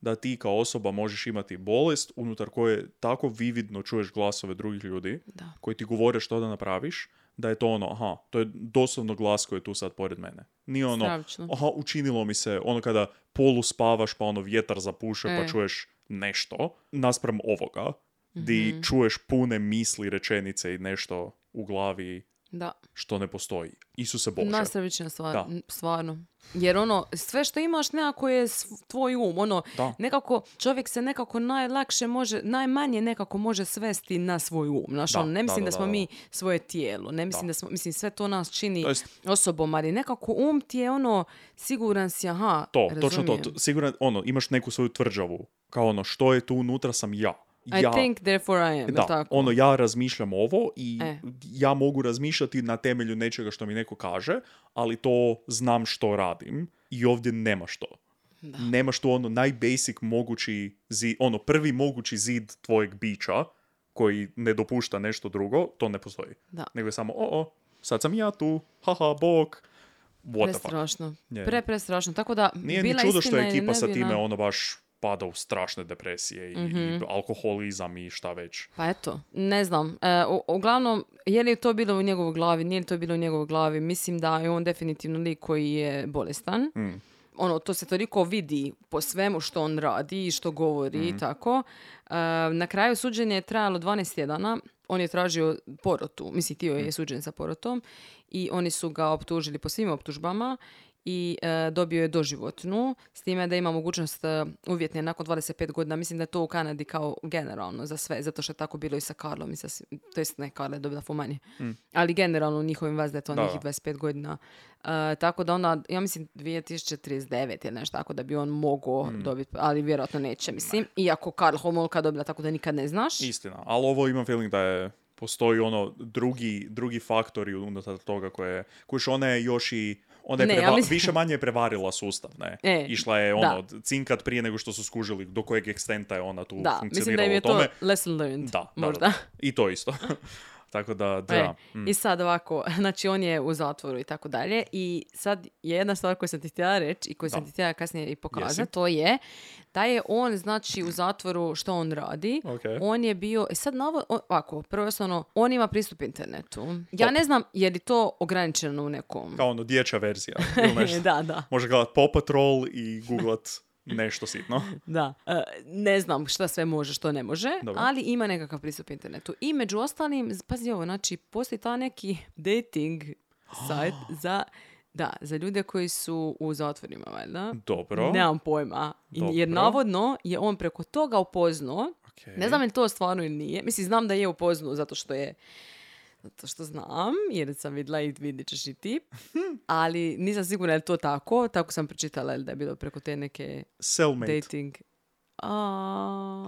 [SPEAKER 4] da ti kao osoba možeš imati bolest unutar koje tako vividno čuješ glasove drugih ljudi
[SPEAKER 5] Da.
[SPEAKER 4] koji ti govore što da napraviš, da je to ono, aha, to je doslovno glas koji je tu sad pored mene. Nije ono,
[SPEAKER 5] Stravično.
[SPEAKER 4] aha, učinilo mi se, ono kada polu spavaš pa ono vjetar zapuše
[SPEAKER 5] E.
[SPEAKER 4] pa čuješ nešto, naspram ovoga, di
[SPEAKER 5] Mhm.
[SPEAKER 4] čuješ pune misli, rečenice i nešto u glavi
[SPEAKER 5] Da,
[SPEAKER 4] što ne postoji. Isuse Bože.
[SPEAKER 5] najstravičnija stvar,
[SPEAKER 4] Da.
[SPEAKER 5] n- stvarno. Jer ono, sve što imaš nekako je sv- tvoj um, ono,
[SPEAKER 4] Da.
[SPEAKER 5] nekako čovjek se nekako najlakše može, najmanje nekako može svesti na svoj um. Znaš,
[SPEAKER 4] Da,
[SPEAKER 5] ono, ne
[SPEAKER 4] da,
[SPEAKER 5] mislim da,
[SPEAKER 4] da,
[SPEAKER 5] smo
[SPEAKER 4] da, da.
[SPEAKER 5] mi svoje tijelo, ne mislim da,
[SPEAKER 4] Da.
[SPEAKER 5] smo, mislim sve to nas čini
[SPEAKER 4] To jest-
[SPEAKER 5] osobom, ali nekako um ti je ono, siguran si, aha,
[SPEAKER 4] To, točno to.
[SPEAKER 5] razumijem.
[SPEAKER 4] T- Siguran, ono, imaš neku svoju tvrđavu. Kao ono, što je tu unutra sam ja.
[SPEAKER 5] I
[SPEAKER 4] ja.
[SPEAKER 5] think therefore I am, jel
[SPEAKER 4] Da,
[SPEAKER 5] tako?
[SPEAKER 4] ono ja razmišljam ovo i
[SPEAKER 5] E.
[SPEAKER 4] ja mogu razmišljati na temelju nečega što mi neko kaže, ali to znam što radim i ovdje nema što. Nemaš tu ono najbasic mogući zid, ono prvi mogući zid tvojeg bića koji ne dopušta nešto drugo, to ne postoji.
[SPEAKER 5] Da.
[SPEAKER 4] Nego je samo, o, o, sad sam ja tu, haha, bok, what the fuck.
[SPEAKER 5] Prestrašno.
[SPEAKER 4] Je.
[SPEAKER 5] Pre, prestrašno. Tako da,
[SPEAKER 4] E, Nije
[SPEAKER 5] bila
[SPEAKER 4] ni čudo što
[SPEAKER 5] istina
[SPEAKER 4] je
[SPEAKER 5] ili
[SPEAKER 4] ekipa
[SPEAKER 5] ne
[SPEAKER 4] sa
[SPEAKER 5] bila-
[SPEAKER 4] time ono baš pada u strašne depresije i, i
[SPEAKER 5] Mhm.
[SPEAKER 4] alkoholizam i šta već.
[SPEAKER 5] Pa eto, ne znam. E, u- uglavnom, je li to bilo u njegovoj glavi, nije li to bilo u njegovoj glavi, mislim da je on definitivno lik koji je bolestan.
[SPEAKER 4] Hmm.
[SPEAKER 5] Ono, to se toliko vidi po svemu što on radi i što govori
[SPEAKER 4] Mhm.
[SPEAKER 5] i tako. E, na kraju suđenje je trajalo 12 tjedana. On je tražio porotu, mislim tio
[SPEAKER 4] Mhm.
[SPEAKER 5] je suđen sa porotom i oni su ga optužili po svim optužbama i e, dobio je doživotnu, s time da ima mogućnost e, uvjetne nakon 25 godina. Mislim da je to u Kanadi kao generalno za sve, zato što je tako bilo i sa Karlom, i sa, svi- to jest ne, Karla je dobila fu manje, ali generalno u njihovim vas da je to
[SPEAKER 4] Mhm. Da,
[SPEAKER 5] nekih
[SPEAKER 4] da.
[SPEAKER 5] 25 godina. E, tako da onda, ja mislim 2039 ili nešto tako da bi on mogao
[SPEAKER 4] Mm.
[SPEAKER 5] dobiti, ali vjerojatno neće, mislim. Iako Karl Homolka dobila tako da nikad ne znaš.
[SPEAKER 4] Istina, ali ovo imam feeling da je postoji ono drugi, drugi faktori unutar toga koje, kojiš ona je još i ona je
[SPEAKER 5] Ne,
[SPEAKER 4] preva-
[SPEAKER 5] ja mislim-
[SPEAKER 4] više manje je prevarila sustav, ne?
[SPEAKER 5] E,
[SPEAKER 4] Išla je
[SPEAKER 5] da.
[SPEAKER 4] ono, cinkat prije nego što su skužili do kojeg ekstenta je ona tu
[SPEAKER 5] da, mislim da
[SPEAKER 4] funkcionirala
[SPEAKER 5] im je
[SPEAKER 4] u
[SPEAKER 5] to
[SPEAKER 4] tome.
[SPEAKER 5] lesson learned,
[SPEAKER 4] Da, da,
[SPEAKER 5] možda.
[SPEAKER 4] da. I to isto. Tako da, da.
[SPEAKER 5] E,
[SPEAKER 4] Mm.
[SPEAKER 5] I sad ovako, znači on je u zatvoru i tako dalje i sad je jedna stvar koju sam ti htjela reći i koju sam
[SPEAKER 4] Da.
[SPEAKER 5] ti htjela kasnije i pokazati,
[SPEAKER 4] Jesi.
[SPEAKER 5] to je da je on znači u zatvoru što on radi,
[SPEAKER 4] Okej.
[SPEAKER 5] on je bio, e sad novo, ovako, prvo i osnovno, on ima pristup internetu. Ja
[SPEAKER 4] Top.
[SPEAKER 5] ne znam je li to ograničeno u nekom.
[SPEAKER 4] Kao ono, dječja verzija. Ili nešto.
[SPEAKER 5] da, da.
[SPEAKER 4] Može gledat Paw Patrol i googlat nešto sitno.
[SPEAKER 5] Da, e, ne znam šta sve može, što ne može,
[SPEAKER 4] Dobro.
[SPEAKER 5] ali ima nekakav pristup internetu. I među ostalim, pazi ovo, znači, postoji ta neki dating sajt za, da, za ljude koji su u zatvorima, valjda.
[SPEAKER 4] Dobro.
[SPEAKER 5] Nemam pojma. I- Jer
[SPEAKER 4] Dobro.
[SPEAKER 5] navodno je on preko toga upoznao,
[SPEAKER 4] Okej.
[SPEAKER 5] ne znam je li to stvarno ili nije, mislim, znam da je upoznao zato što je zato što znam, jer sam vidjela i vidit ćeš i ti, ali nisam sigurna je li to tako, tako sam pročitala ili da je bilo preko te neke
[SPEAKER 4] Cellmate.
[SPEAKER 5] dating. A,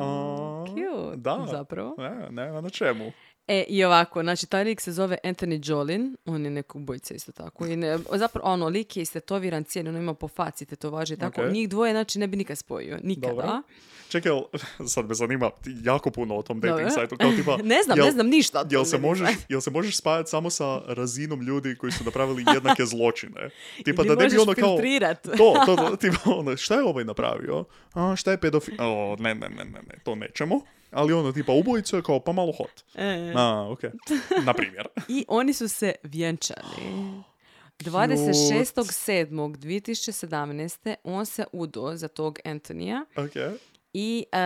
[SPEAKER 4] A,
[SPEAKER 5] cute,
[SPEAKER 4] da.
[SPEAKER 5] zapravo.
[SPEAKER 4] Ne, ne, na čemu.
[SPEAKER 5] E, i ovako, znači, taj lik se zove Anthony Jolin, on je neko ubojica isto tako. I ne, zapravo, ono, lik je istetoviran cijeli, on ima po faci tetovaže i tako.
[SPEAKER 4] Ok.
[SPEAKER 5] Njih dvoje, znači, ne bi nikad spojio, nikada.
[SPEAKER 4] Dobro. Čekaj, jel- sad me zanima jako puno o tom dating
[SPEAKER 5] Dobro.
[SPEAKER 4] sajtu. Kao tipa,
[SPEAKER 5] Ne znam,
[SPEAKER 4] jel-
[SPEAKER 5] ne znam ništa. o
[SPEAKER 4] Jel
[SPEAKER 5] tom
[SPEAKER 4] se,
[SPEAKER 5] dating
[SPEAKER 4] možeš,
[SPEAKER 5] sajtu.
[SPEAKER 4] jel se možeš spajati samo sa razinom ljudi koji su napravili jednake zločine? Tipa
[SPEAKER 5] Ili
[SPEAKER 4] da ne bi
[SPEAKER 5] možeš
[SPEAKER 4] ono kao...
[SPEAKER 5] filtrirat.
[SPEAKER 4] To, to, to, tipa ono, šta je ovaj napravio? A, šta je pedofil... O, ne, ne, ne, ne, ne, to nećemo. Ali ono, tipa, ubojicu je kao pa malo hot.
[SPEAKER 5] E.
[SPEAKER 4] A, okej. Na primjer.
[SPEAKER 5] I oni su se vjenčali. 26.7.2017. on se udo za tog Antonija
[SPEAKER 4] Okej.
[SPEAKER 5] i e,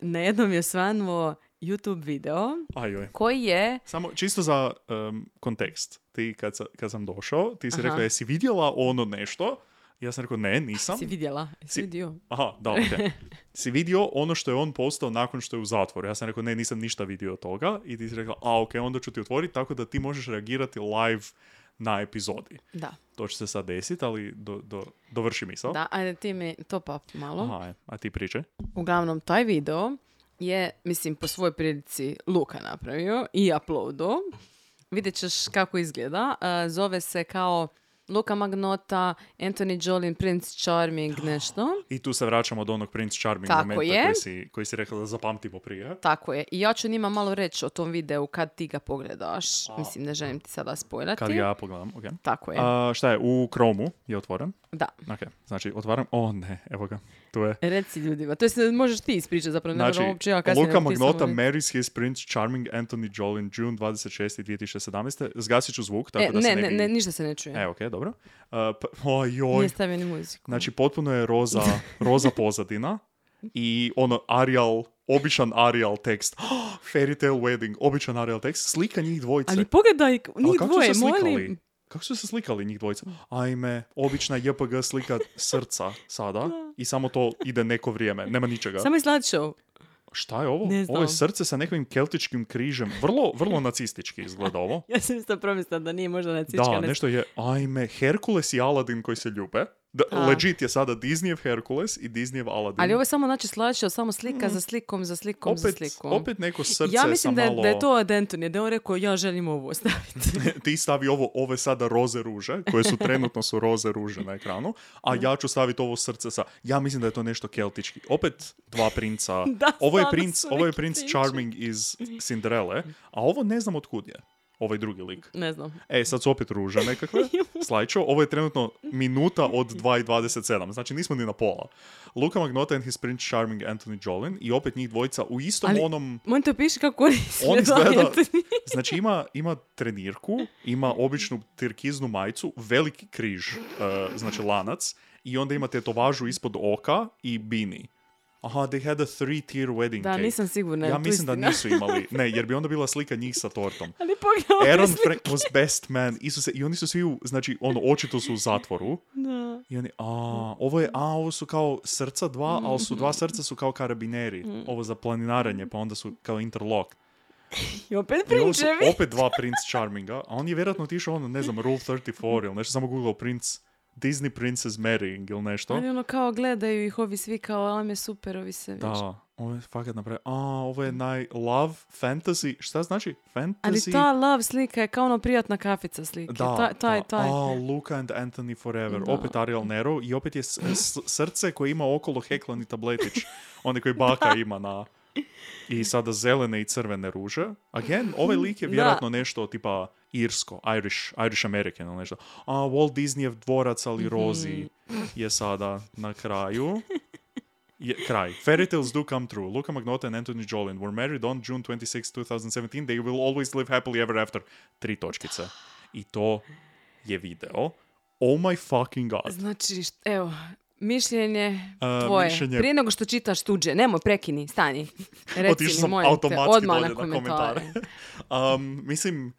[SPEAKER 5] na jednom je osvanuo YouTube video
[SPEAKER 4] Ajoj.
[SPEAKER 5] koji je
[SPEAKER 4] Samo, čisto za em, kontekst. Ti kad, sa- kad sam došao, ti si
[SPEAKER 5] Aha.
[SPEAKER 4] rekla, jesi vidjela ono nešto? Ja sam rekao, ne, nisam.
[SPEAKER 5] Si vidjela?
[SPEAKER 4] Si-
[SPEAKER 5] Si vidio?
[SPEAKER 4] Aha, da, okej. Si vidio ono što je on postao nakon što je u zatvoru. Ja sam rekao, ne, nisam ništa vidio od toga. I ti si rekla, a ok, onda ću ti otvoriti tako da ti možeš reagirati live na epizodi.
[SPEAKER 5] Da.
[SPEAKER 4] To će se sad desiti, ali do, do, dovrši misao.
[SPEAKER 5] Da, ajde ti mi top up malo.
[SPEAKER 4] Aha, e, a ti pričaj.
[SPEAKER 5] Uglavnom, taj video je, mislim, po svojoj prilici Luka napravio i uploado. Vidjet ćeš kako izgleda. E, zove se kao Luka Magnota, Anthony Jolin, Prince Charming, nešto.
[SPEAKER 4] I tu se vraćamo do onog Prince Charming
[SPEAKER 5] Tako
[SPEAKER 4] momenta
[SPEAKER 5] je.
[SPEAKER 4] koji si, koji si rekla da zapamtimo prije.
[SPEAKER 5] Tako je. I ja ću njima malo reći o tom videu kad ti ga pogledaš. Mislim, ne želim ti sada spojlati.
[SPEAKER 4] Kad ja pogledam, ok.
[SPEAKER 5] Tako je.
[SPEAKER 4] A, šta je, u Chromu je otvoren?
[SPEAKER 5] Da.
[SPEAKER 4] Ok, znači otvaram, o ne, evo ga, tu je.
[SPEAKER 5] Reci ljudima. To jest, e, možeš ti ispričati zapravo. Ne
[SPEAKER 4] Znači,
[SPEAKER 5] moram uopće ja kasnije.
[SPEAKER 4] Luka
[SPEAKER 5] ti samo
[SPEAKER 4] Magnota
[SPEAKER 5] reci.
[SPEAKER 4] marries his prince charming Anthony Jolin June 26. 2017. Zgasit ću zvuk, tako
[SPEAKER 5] E,
[SPEAKER 4] da
[SPEAKER 5] ne,
[SPEAKER 4] se ne,
[SPEAKER 5] ne,
[SPEAKER 4] bi...
[SPEAKER 5] ne, ništa se ne čuje.
[SPEAKER 4] E, okej, dobro. Uh, pa, ojoj.
[SPEAKER 5] Nije stavio ni muziku.
[SPEAKER 4] Znači, potpuno je roza, roza pozadina i ono Arial, običan Arial tekst. fairy tale wedding, običan Arial tekst. Slika njih dvojice.
[SPEAKER 5] Ali pogledaj,
[SPEAKER 4] Ali
[SPEAKER 5] njih
[SPEAKER 4] kako
[SPEAKER 5] dvoje,
[SPEAKER 4] su se slikali?
[SPEAKER 5] molim.
[SPEAKER 4] Kako su se slikali njih dvojica? Ajme, obična JPG slika srca sada i samo to ide neko vrijeme, nema ničega.
[SPEAKER 5] Samo je slideshow.
[SPEAKER 4] Šta je ovo?
[SPEAKER 5] Ne
[SPEAKER 4] Ovo je
[SPEAKER 5] znam.
[SPEAKER 4] srce sa nekim keltičkim križem. Vrlo, vrlo nacistički izgleda ovo.
[SPEAKER 5] Ja sam isto promislila da nije možda nacička.
[SPEAKER 4] da,
[SPEAKER 5] ne-
[SPEAKER 4] nešto je, ajme, Herkules i Aladin koji se ljube. Da,
[SPEAKER 5] Da.
[SPEAKER 4] legit je sada Disneyev Herkules i Disneyev Aladin.
[SPEAKER 5] Ali ovo je samo znači slideshow, samo slika za slikom, za slikom,
[SPEAKER 4] Mm.
[SPEAKER 5] za
[SPEAKER 4] opet,
[SPEAKER 5] slikom.
[SPEAKER 4] opet neko srce
[SPEAKER 5] ja mislim
[SPEAKER 4] sa
[SPEAKER 5] da je,
[SPEAKER 4] malo...
[SPEAKER 5] da je to od Antonija, da je on rekao ja želim ovo ostaviti.
[SPEAKER 4] Ti stavi ovo, ove sada roze ruže, koje su trenutno su roze ruže na ekranu, a ja ću staviti ovo srce sa... Ja mislim da je to nešto keltički. Opet dva princa.
[SPEAKER 5] Da,
[SPEAKER 4] ovo je
[SPEAKER 5] stvarno
[SPEAKER 4] princ,
[SPEAKER 5] su
[SPEAKER 4] ovo je
[SPEAKER 5] neki
[SPEAKER 4] princ
[SPEAKER 5] prinči.
[SPEAKER 4] Charming iz Cinderele, a ovo ne znam otkud je. Ovaj drugi lik.
[SPEAKER 5] ne znam.
[SPEAKER 4] E, sad su opet ruže nekakve. Slajčo, ovo je trenutno minuta od 2.27, znači nismo ni na pola. Luka Magnota and his prince charming Anthony Jolin i opet njih dvojica u istom
[SPEAKER 5] Ali-
[SPEAKER 4] onom...
[SPEAKER 5] Molim te piši kako oni
[SPEAKER 4] On izgleda,
[SPEAKER 5] Anthony.
[SPEAKER 4] znači ima, ima trenirku, ima običnu tirkiznu majicu, veliki križ, eh, znači lanac, i onda ima tetovažu ispod oka i bini. Aha, they had a three-tier wedding
[SPEAKER 5] Da,
[SPEAKER 4] cake.
[SPEAKER 5] nisam sigurna. je
[SPEAKER 4] ja
[SPEAKER 5] li to
[SPEAKER 4] mislim da
[SPEAKER 5] istina?
[SPEAKER 4] nisu imali, ne, jer bi onda bila slika njih sa tortom.
[SPEAKER 5] Ali
[SPEAKER 4] Aaron
[SPEAKER 5] pogledaj Aaron slike.
[SPEAKER 4] Frank was best man. Isuse, i oni su svi, u, znači, ono, očito su u zatvoru.
[SPEAKER 5] Da.
[SPEAKER 4] I oni, a, ovo je, a, ovo su kao srca dva, ali su
[SPEAKER 5] Mhm.
[SPEAKER 4] dva srca su kao karabineri. Ovo za planinaranje, pa onda su kao interlock.
[SPEAKER 5] I opet
[SPEAKER 4] I ovo su
[SPEAKER 5] prinčevi.
[SPEAKER 4] opet dva Prince Charminga, a on je vjerojatno otišao, ono, ne znam, Rule 34 ili nešto, samo googlao Prince, Disney Princess Marrying ili nešto.
[SPEAKER 5] Ali ono kao gledaju ih ovi svi kao, ali me super, ovi se već.
[SPEAKER 4] Da, ovo je fakat napravio, a, ovo je naj love fantasy, šta znači? Fantasy?
[SPEAKER 5] Ali ta love slika je kao ono prijatna kafica slike.
[SPEAKER 4] Da,
[SPEAKER 5] Ta- taj,
[SPEAKER 4] da.
[SPEAKER 5] taj.
[SPEAKER 4] A, Luka and Anthony Forever.
[SPEAKER 5] Da.
[SPEAKER 4] Opet Ariel Nero i opet je s- s- srce koje ima okolo heklani tabletić. Oni koji baka ima na, I sada zelene i crvene ruže. Again, ovaj lik je
[SPEAKER 5] Da.
[SPEAKER 4] vjerojatno nešto tipa irsko, Irish, Irish American ili nešto. A Walt Disneyev dvorac, ali rozi
[SPEAKER 5] Mhm.
[SPEAKER 4] je sada na kraju. Je, kraj. Fairy tales do come true. Luca Magnotta and Anthony Jolin were married on June 26, 2017. They will always live happily ever after. Tri točkice. I to je video. Oh my fucking god.
[SPEAKER 5] Znači, št- evo, mišljenje
[SPEAKER 4] A,
[SPEAKER 5] tvoje.
[SPEAKER 4] mišljenje-
[SPEAKER 5] Prije nego što čitaš tuđe, nemoj, prekini, stani. Reci
[SPEAKER 4] Otišao
[SPEAKER 5] mi,
[SPEAKER 4] sam
[SPEAKER 5] molim te,
[SPEAKER 4] automatski
[SPEAKER 5] odmah
[SPEAKER 4] dolje na
[SPEAKER 5] na komentare.
[SPEAKER 4] komentare. Um, mislim,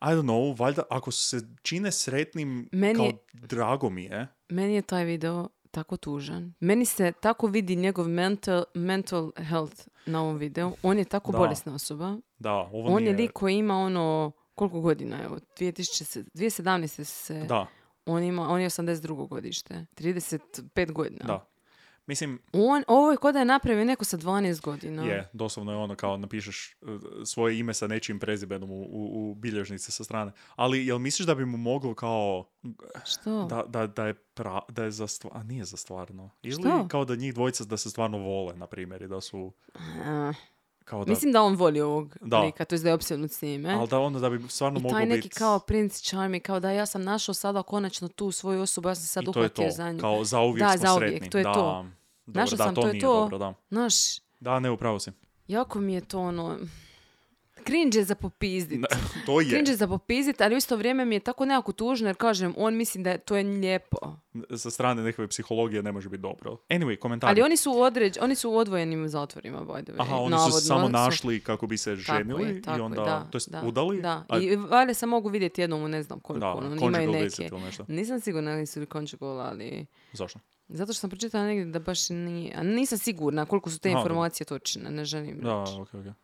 [SPEAKER 4] I don't know, valjda ako se čine sretnim,
[SPEAKER 5] Meni
[SPEAKER 4] kao
[SPEAKER 5] je-
[SPEAKER 4] drago mi je.
[SPEAKER 5] Meni je taj video tako tužan. Meni se tako vidi njegov mental, mental health na ovom videu. On je tako
[SPEAKER 4] Da.
[SPEAKER 5] bolesna osoba.
[SPEAKER 4] Da, ovo
[SPEAKER 5] On je
[SPEAKER 4] nije...
[SPEAKER 5] lik koji ima ono, koliko godina, evo, 2000, 2017. se,
[SPEAKER 4] Da,
[SPEAKER 5] on, ima, on je 82. godište, 35 godina.
[SPEAKER 4] da. Mislim,
[SPEAKER 5] On, ovo je kod da je napravio neko sa 12 godina.
[SPEAKER 4] je, doslovno je ono kao napišeš uh, svoje ime sa nečijim prezimenom u, u, u bilježnici sa strane. Ali jel misliš da bi mu moglo kao
[SPEAKER 5] Što?
[SPEAKER 4] da, da, da je, pra, da je za stvarno, a nije za stvarno. Ili
[SPEAKER 5] Što?
[SPEAKER 4] kao da njih dvojica da se stvarno vole, na primjer, i da su
[SPEAKER 5] Eh,
[SPEAKER 4] kao da...
[SPEAKER 5] Mislim da on voli ovog
[SPEAKER 4] Da.
[SPEAKER 5] lika, to je da je opsjednut s njime.
[SPEAKER 4] ali da onda da bi stvarno
[SPEAKER 5] I
[SPEAKER 4] moglo
[SPEAKER 5] taj
[SPEAKER 4] biti...
[SPEAKER 5] neki kao princ charming, kao da ja sam našao sada konačno tu svoju osobu, ja sam se sad
[SPEAKER 4] I to je
[SPEAKER 5] uhvatio
[SPEAKER 4] to.
[SPEAKER 5] za nju.
[SPEAKER 4] Kao zauvijek
[SPEAKER 5] Da,
[SPEAKER 4] smo
[SPEAKER 5] zauvijek,
[SPEAKER 4] sretni.
[SPEAKER 5] to je
[SPEAKER 4] da,
[SPEAKER 5] to.
[SPEAKER 4] Dobro,
[SPEAKER 5] Našao
[SPEAKER 4] da,
[SPEAKER 5] sam,
[SPEAKER 4] to,
[SPEAKER 5] to je
[SPEAKER 4] nije
[SPEAKER 5] to.
[SPEAKER 4] dobro, da.
[SPEAKER 5] Znaš,
[SPEAKER 4] Da, ne, upravo si.
[SPEAKER 5] jako mi je to ono... Cringe je za popizdit.
[SPEAKER 4] to je.
[SPEAKER 5] Cringe je za popizdit, ali u isto vrijeme mi je tako nekako tužno, jer kažem, on misli da je, to je lijepo.
[SPEAKER 4] Sa strane nekakve psihologije ne može biti dobro. Anyway, komentari.
[SPEAKER 5] Ali oni su, u određ, oni su u odvojenim zatvorima, by the way.
[SPEAKER 4] Aha, oni
[SPEAKER 5] navodno,
[SPEAKER 4] su samo
[SPEAKER 5] su-
[SPEAKER 4] našli kako bi se
[SPEAKER 5] Tako je,
[SPEAKER 4] ženili
[SPEAKER 5] tako
[SPEAKER 4] i
[SPEAKER 5] je,
[SPEAKER 4] onda,
[SPEAKER 5] da,
[SPEAKER 4] to jest
[SPEAKER 5] da,
[SPEAKER 4] udali.
[SPEAKER 5] Da,
[SPEAKER 4] a-
[SPEAKER 5] i valjda se mogu vidjeti jednom u ne znam koliko,
[SPEAKER 4] da,
[SPEAKER 5] ono, imaju
[SPEAKER 4] conjugal visit
[SPEAKER 5] neke.
[SPEAKER 4] ili nešto.
[SPEAKER 5] Nisam sigurna da su li conjugal, ali...
[SPEAKER 4] Zašto?
[SPEAKER 5] Zato što sam pročitala negdje da baš nije, a nisam sigurna koliko su te
[SPEAKER 4] Aha,
[SPEAKER 5] informacije točne, ne želim
[SPEAKER 4] Da,
[SPEAKER 5] reći.
[SPEAKER 4] ok, ok.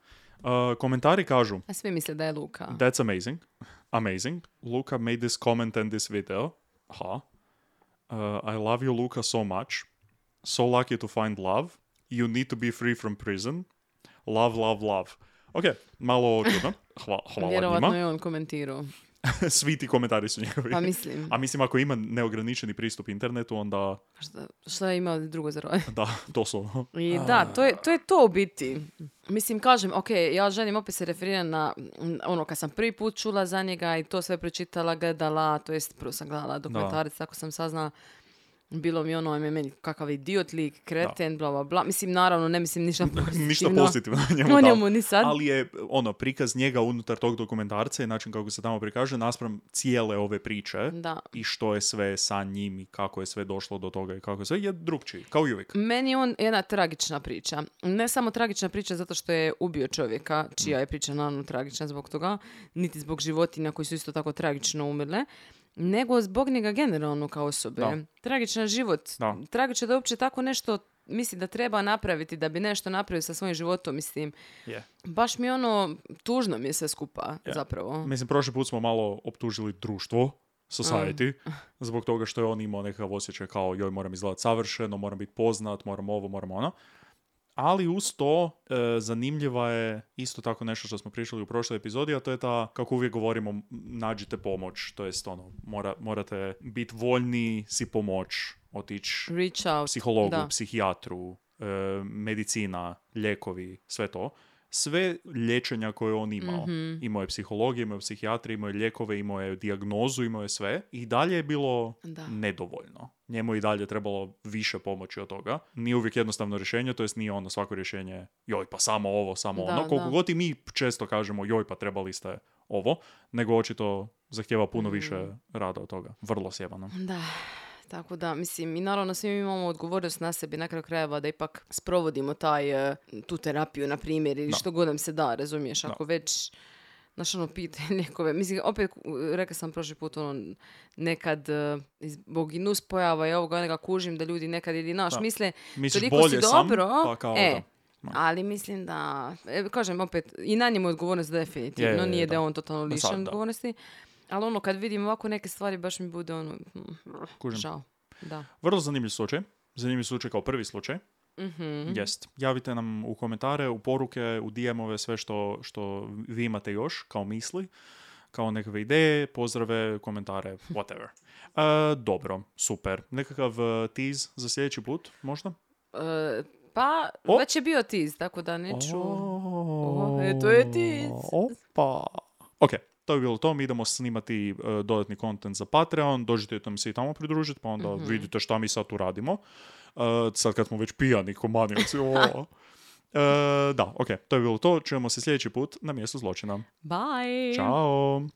[SPEAKER 4] Uh, komentari kažu,
[SPEAKER 5] A svi misle da je Luka.
[SPEAKER 4] that's amazing, amazing, Luca made this comment and this video, aha, Uh, I love you Luca so much, so lucky to find love, you need to be free from prison, love, love, love. Ok, malo čudno, Hva, hvala
[SPEAKER 5] Vjerovatno
[SPEAKER 4] njima,
[SPEAKER 5] je on komentirao,
[SPEAKER 4] svi ti komentari su njegovi.
[SPEAKER 5] pa mislim,
[SPEAKER 4] A mislim, ako ima neograničeni pristup internetu, onda
[SPEAKER 5] šta, šta je imao drugo za rod-
[SPEAKER 4] da, ono doslovno.
[SPEAKER 5] I da, to je, to je to u biti. Mislim, kažem, ok, ja želim opet se referirati na mm, ono kad sam prvi put čula za njega i to sve pročitala, gledala, to jest prvo sam gledala dokumentarac, tako sam saznala. Bilo mi ono, ajme meni kakav idiot lik, kreten, bla, bla, bla. Mislim, naravno, ne mislim ništa pozitivno.
[SPEAKER 4] Ništa pozitivno o njemu,
[SPEAKER 5] O
[SPEAKER 4] da.
[SPEAKER 5] njemu ni sad.
[SPEAKER 4] Ali je ono, prikaz njega unutar tog dokumentarca i način kako se tamo prikaže naspram cijele ove priče
[SPEAKER 5] Da.
[SPEAKER 4] i što je sve sa njim i kako je sve došlo do toga i kako je sve, je drugčiji, kao i uvijek.
[SPEAKER 5] Meni je on jedna tragična priča. Ne samo tragična priča zato što je ubio čovjeka, čija
[SPEAKER 4] Mm.
[SPEAKER 5] je priča naravno tragična zbog toga, niti zbog životinja koji su isto tako tragično umrle, nego zbog njega generalno kao osobe.
[SPEAKER 4] Da.
[SPEAKER 5] Tragičan život.
[SPEAKER 4] Da.
[SPEAKER 5] Tragično je da uopće tako nešto misli da treba napraviti, da bi nešto napravio sa svojim životom, mislim.
[SPEAKER 4] Je.
[SPEAKER 5] Baš mi je ono, tužno mi je sve skupa, zapravo.
[SPEAKER 4] Mislim, prošli put smo malo optužili društvo, society, zbog toga što je on imao nekakav osjećaj kao joj moram izgledati savršeno, moram biti poznat, moram ovo, moram ono. Ali uz to e, zanimljiva je isto tako nešto što smo prišli u prošloj epizodi, a to je ta, kako uvijek govorimo, m, nađite pomoć, to jest ono, mora, morate biti voljni si pomoć, otići
[SPEAKER 5] Reach out.
[SPEAKER 4] psihologu,
[SPEAKER 5] Da.
[SPEAKER 4] psihijatru, e, medicina, ljekovi, sve to. Sve liječenja koje je on imao.
[SPEAKER 5] Mhm.
[SPEAKER 4] Imao je psihologiju, imao je psihijatriju, imao je ljekove, imao je dijagnozu, imao je sve. I dalje je bilo
[SPEAKER 5] Da.
[SPEAKER 4] nedovoljno. Njemu je i dalje trebalo više pomoći od toga. Nije uvijek jednostavno rješenje, to jest nije ono svako rješenje joj pa samo ovo, samo
[SPEAKER 5] Da,
[SPEAKER 4] ono. Koliko
[SPEAKER 5] da.
[SPEAKER 4] god i mi često kažemo joj pa trebali ste ovo, nego očito zahtjeva puno više
[SPEAKER 5] Mm.
[SPEAKER 4] rada od toga. Vrlo sjebano.
[SPEAKER 5] Da, tako da, mislim, i naravno svi mi imamo odgovornost na sebi na kraju krajeva da ipak sprovodimo taj, e, tu terapiju, na primjer, ili
[SPEAKER 4] Da.
[SPEAKER 5] što god nam se da, razumiješ, ako već Znaš, ono, pite lijekove. Mislim, opet, u- rekla sam prošli put, ono, nekad e, zbog i nuspojava i ovoga, onoga kužim da ljudi nekad ili, naš,
[SPEAKER 4] Da.
[SPEAKER 5] misle,
[SPEAKER 4] Misliš,
[SPEAKER 5] toliko si
[SPEAKER 4] bolje sam,
[SPEAKER 5] dobro,
[SPEAKER 4] pa kao
[SPEAKER 5] e,
[SPEAKER 4] da.
[SPEAKER 5] ali mislim da, e, kažem opet, i na njemu je odgovornost definitivno,
[SPEAKER 4] Je, je, je,
[SPEAKER 5] nije da je
[SPEAKER 4] da.
[SPEAKER 5] on totalno
[SPEAKER 4] sad,
[SPEAKER 5] lišan
[SPEAKER 4] da.
[SPEAKER 5] odgovornosti, ali ono, kad vidim ovako neke stvari, baš mi bude ono, mm,
[SPEAKER 4] Kužim.
[SPEAKER 5] žao. Da.
[SPEAKER 4] Vrlo zanimljiv slučaj. Zanimljiv slučaj kao prvi slučaj. Jest. Javite nam u komentare, u poruke, u DM-ove sve što, što vi imate još kao misli, kao nekakve ideje, pozdrave, komentare, whatever. E, dobro, super. Nekakav uh, tease za sljedeći put, možda?
[SPEAKER 5] E, Pa,
[SPEAKER 4] O.
[SPEAKER 5] već je bio tiz, tako da neću...
[SPEAKER 4] O,
[SPEAKER 5] e, to je ti.
[SPEAKER 4] Opa. Ok, to je bilo to. Mi idemo snimati e, dodatni kontent za Patreon. Dođite nam se i tamo pridružiti, pa onda
[SPEAKER 5] Mhm.
[SPEAKER 4] vidite šta mi sad tu radimo. E, sad kad smo već pijani, komanijevci. o. E, da, ok, to je bilo to. Čujemo se sljedeći put na mjestu zločina.
[SPEAKER 5] Bye!
[SPEAKER 4] Ćao!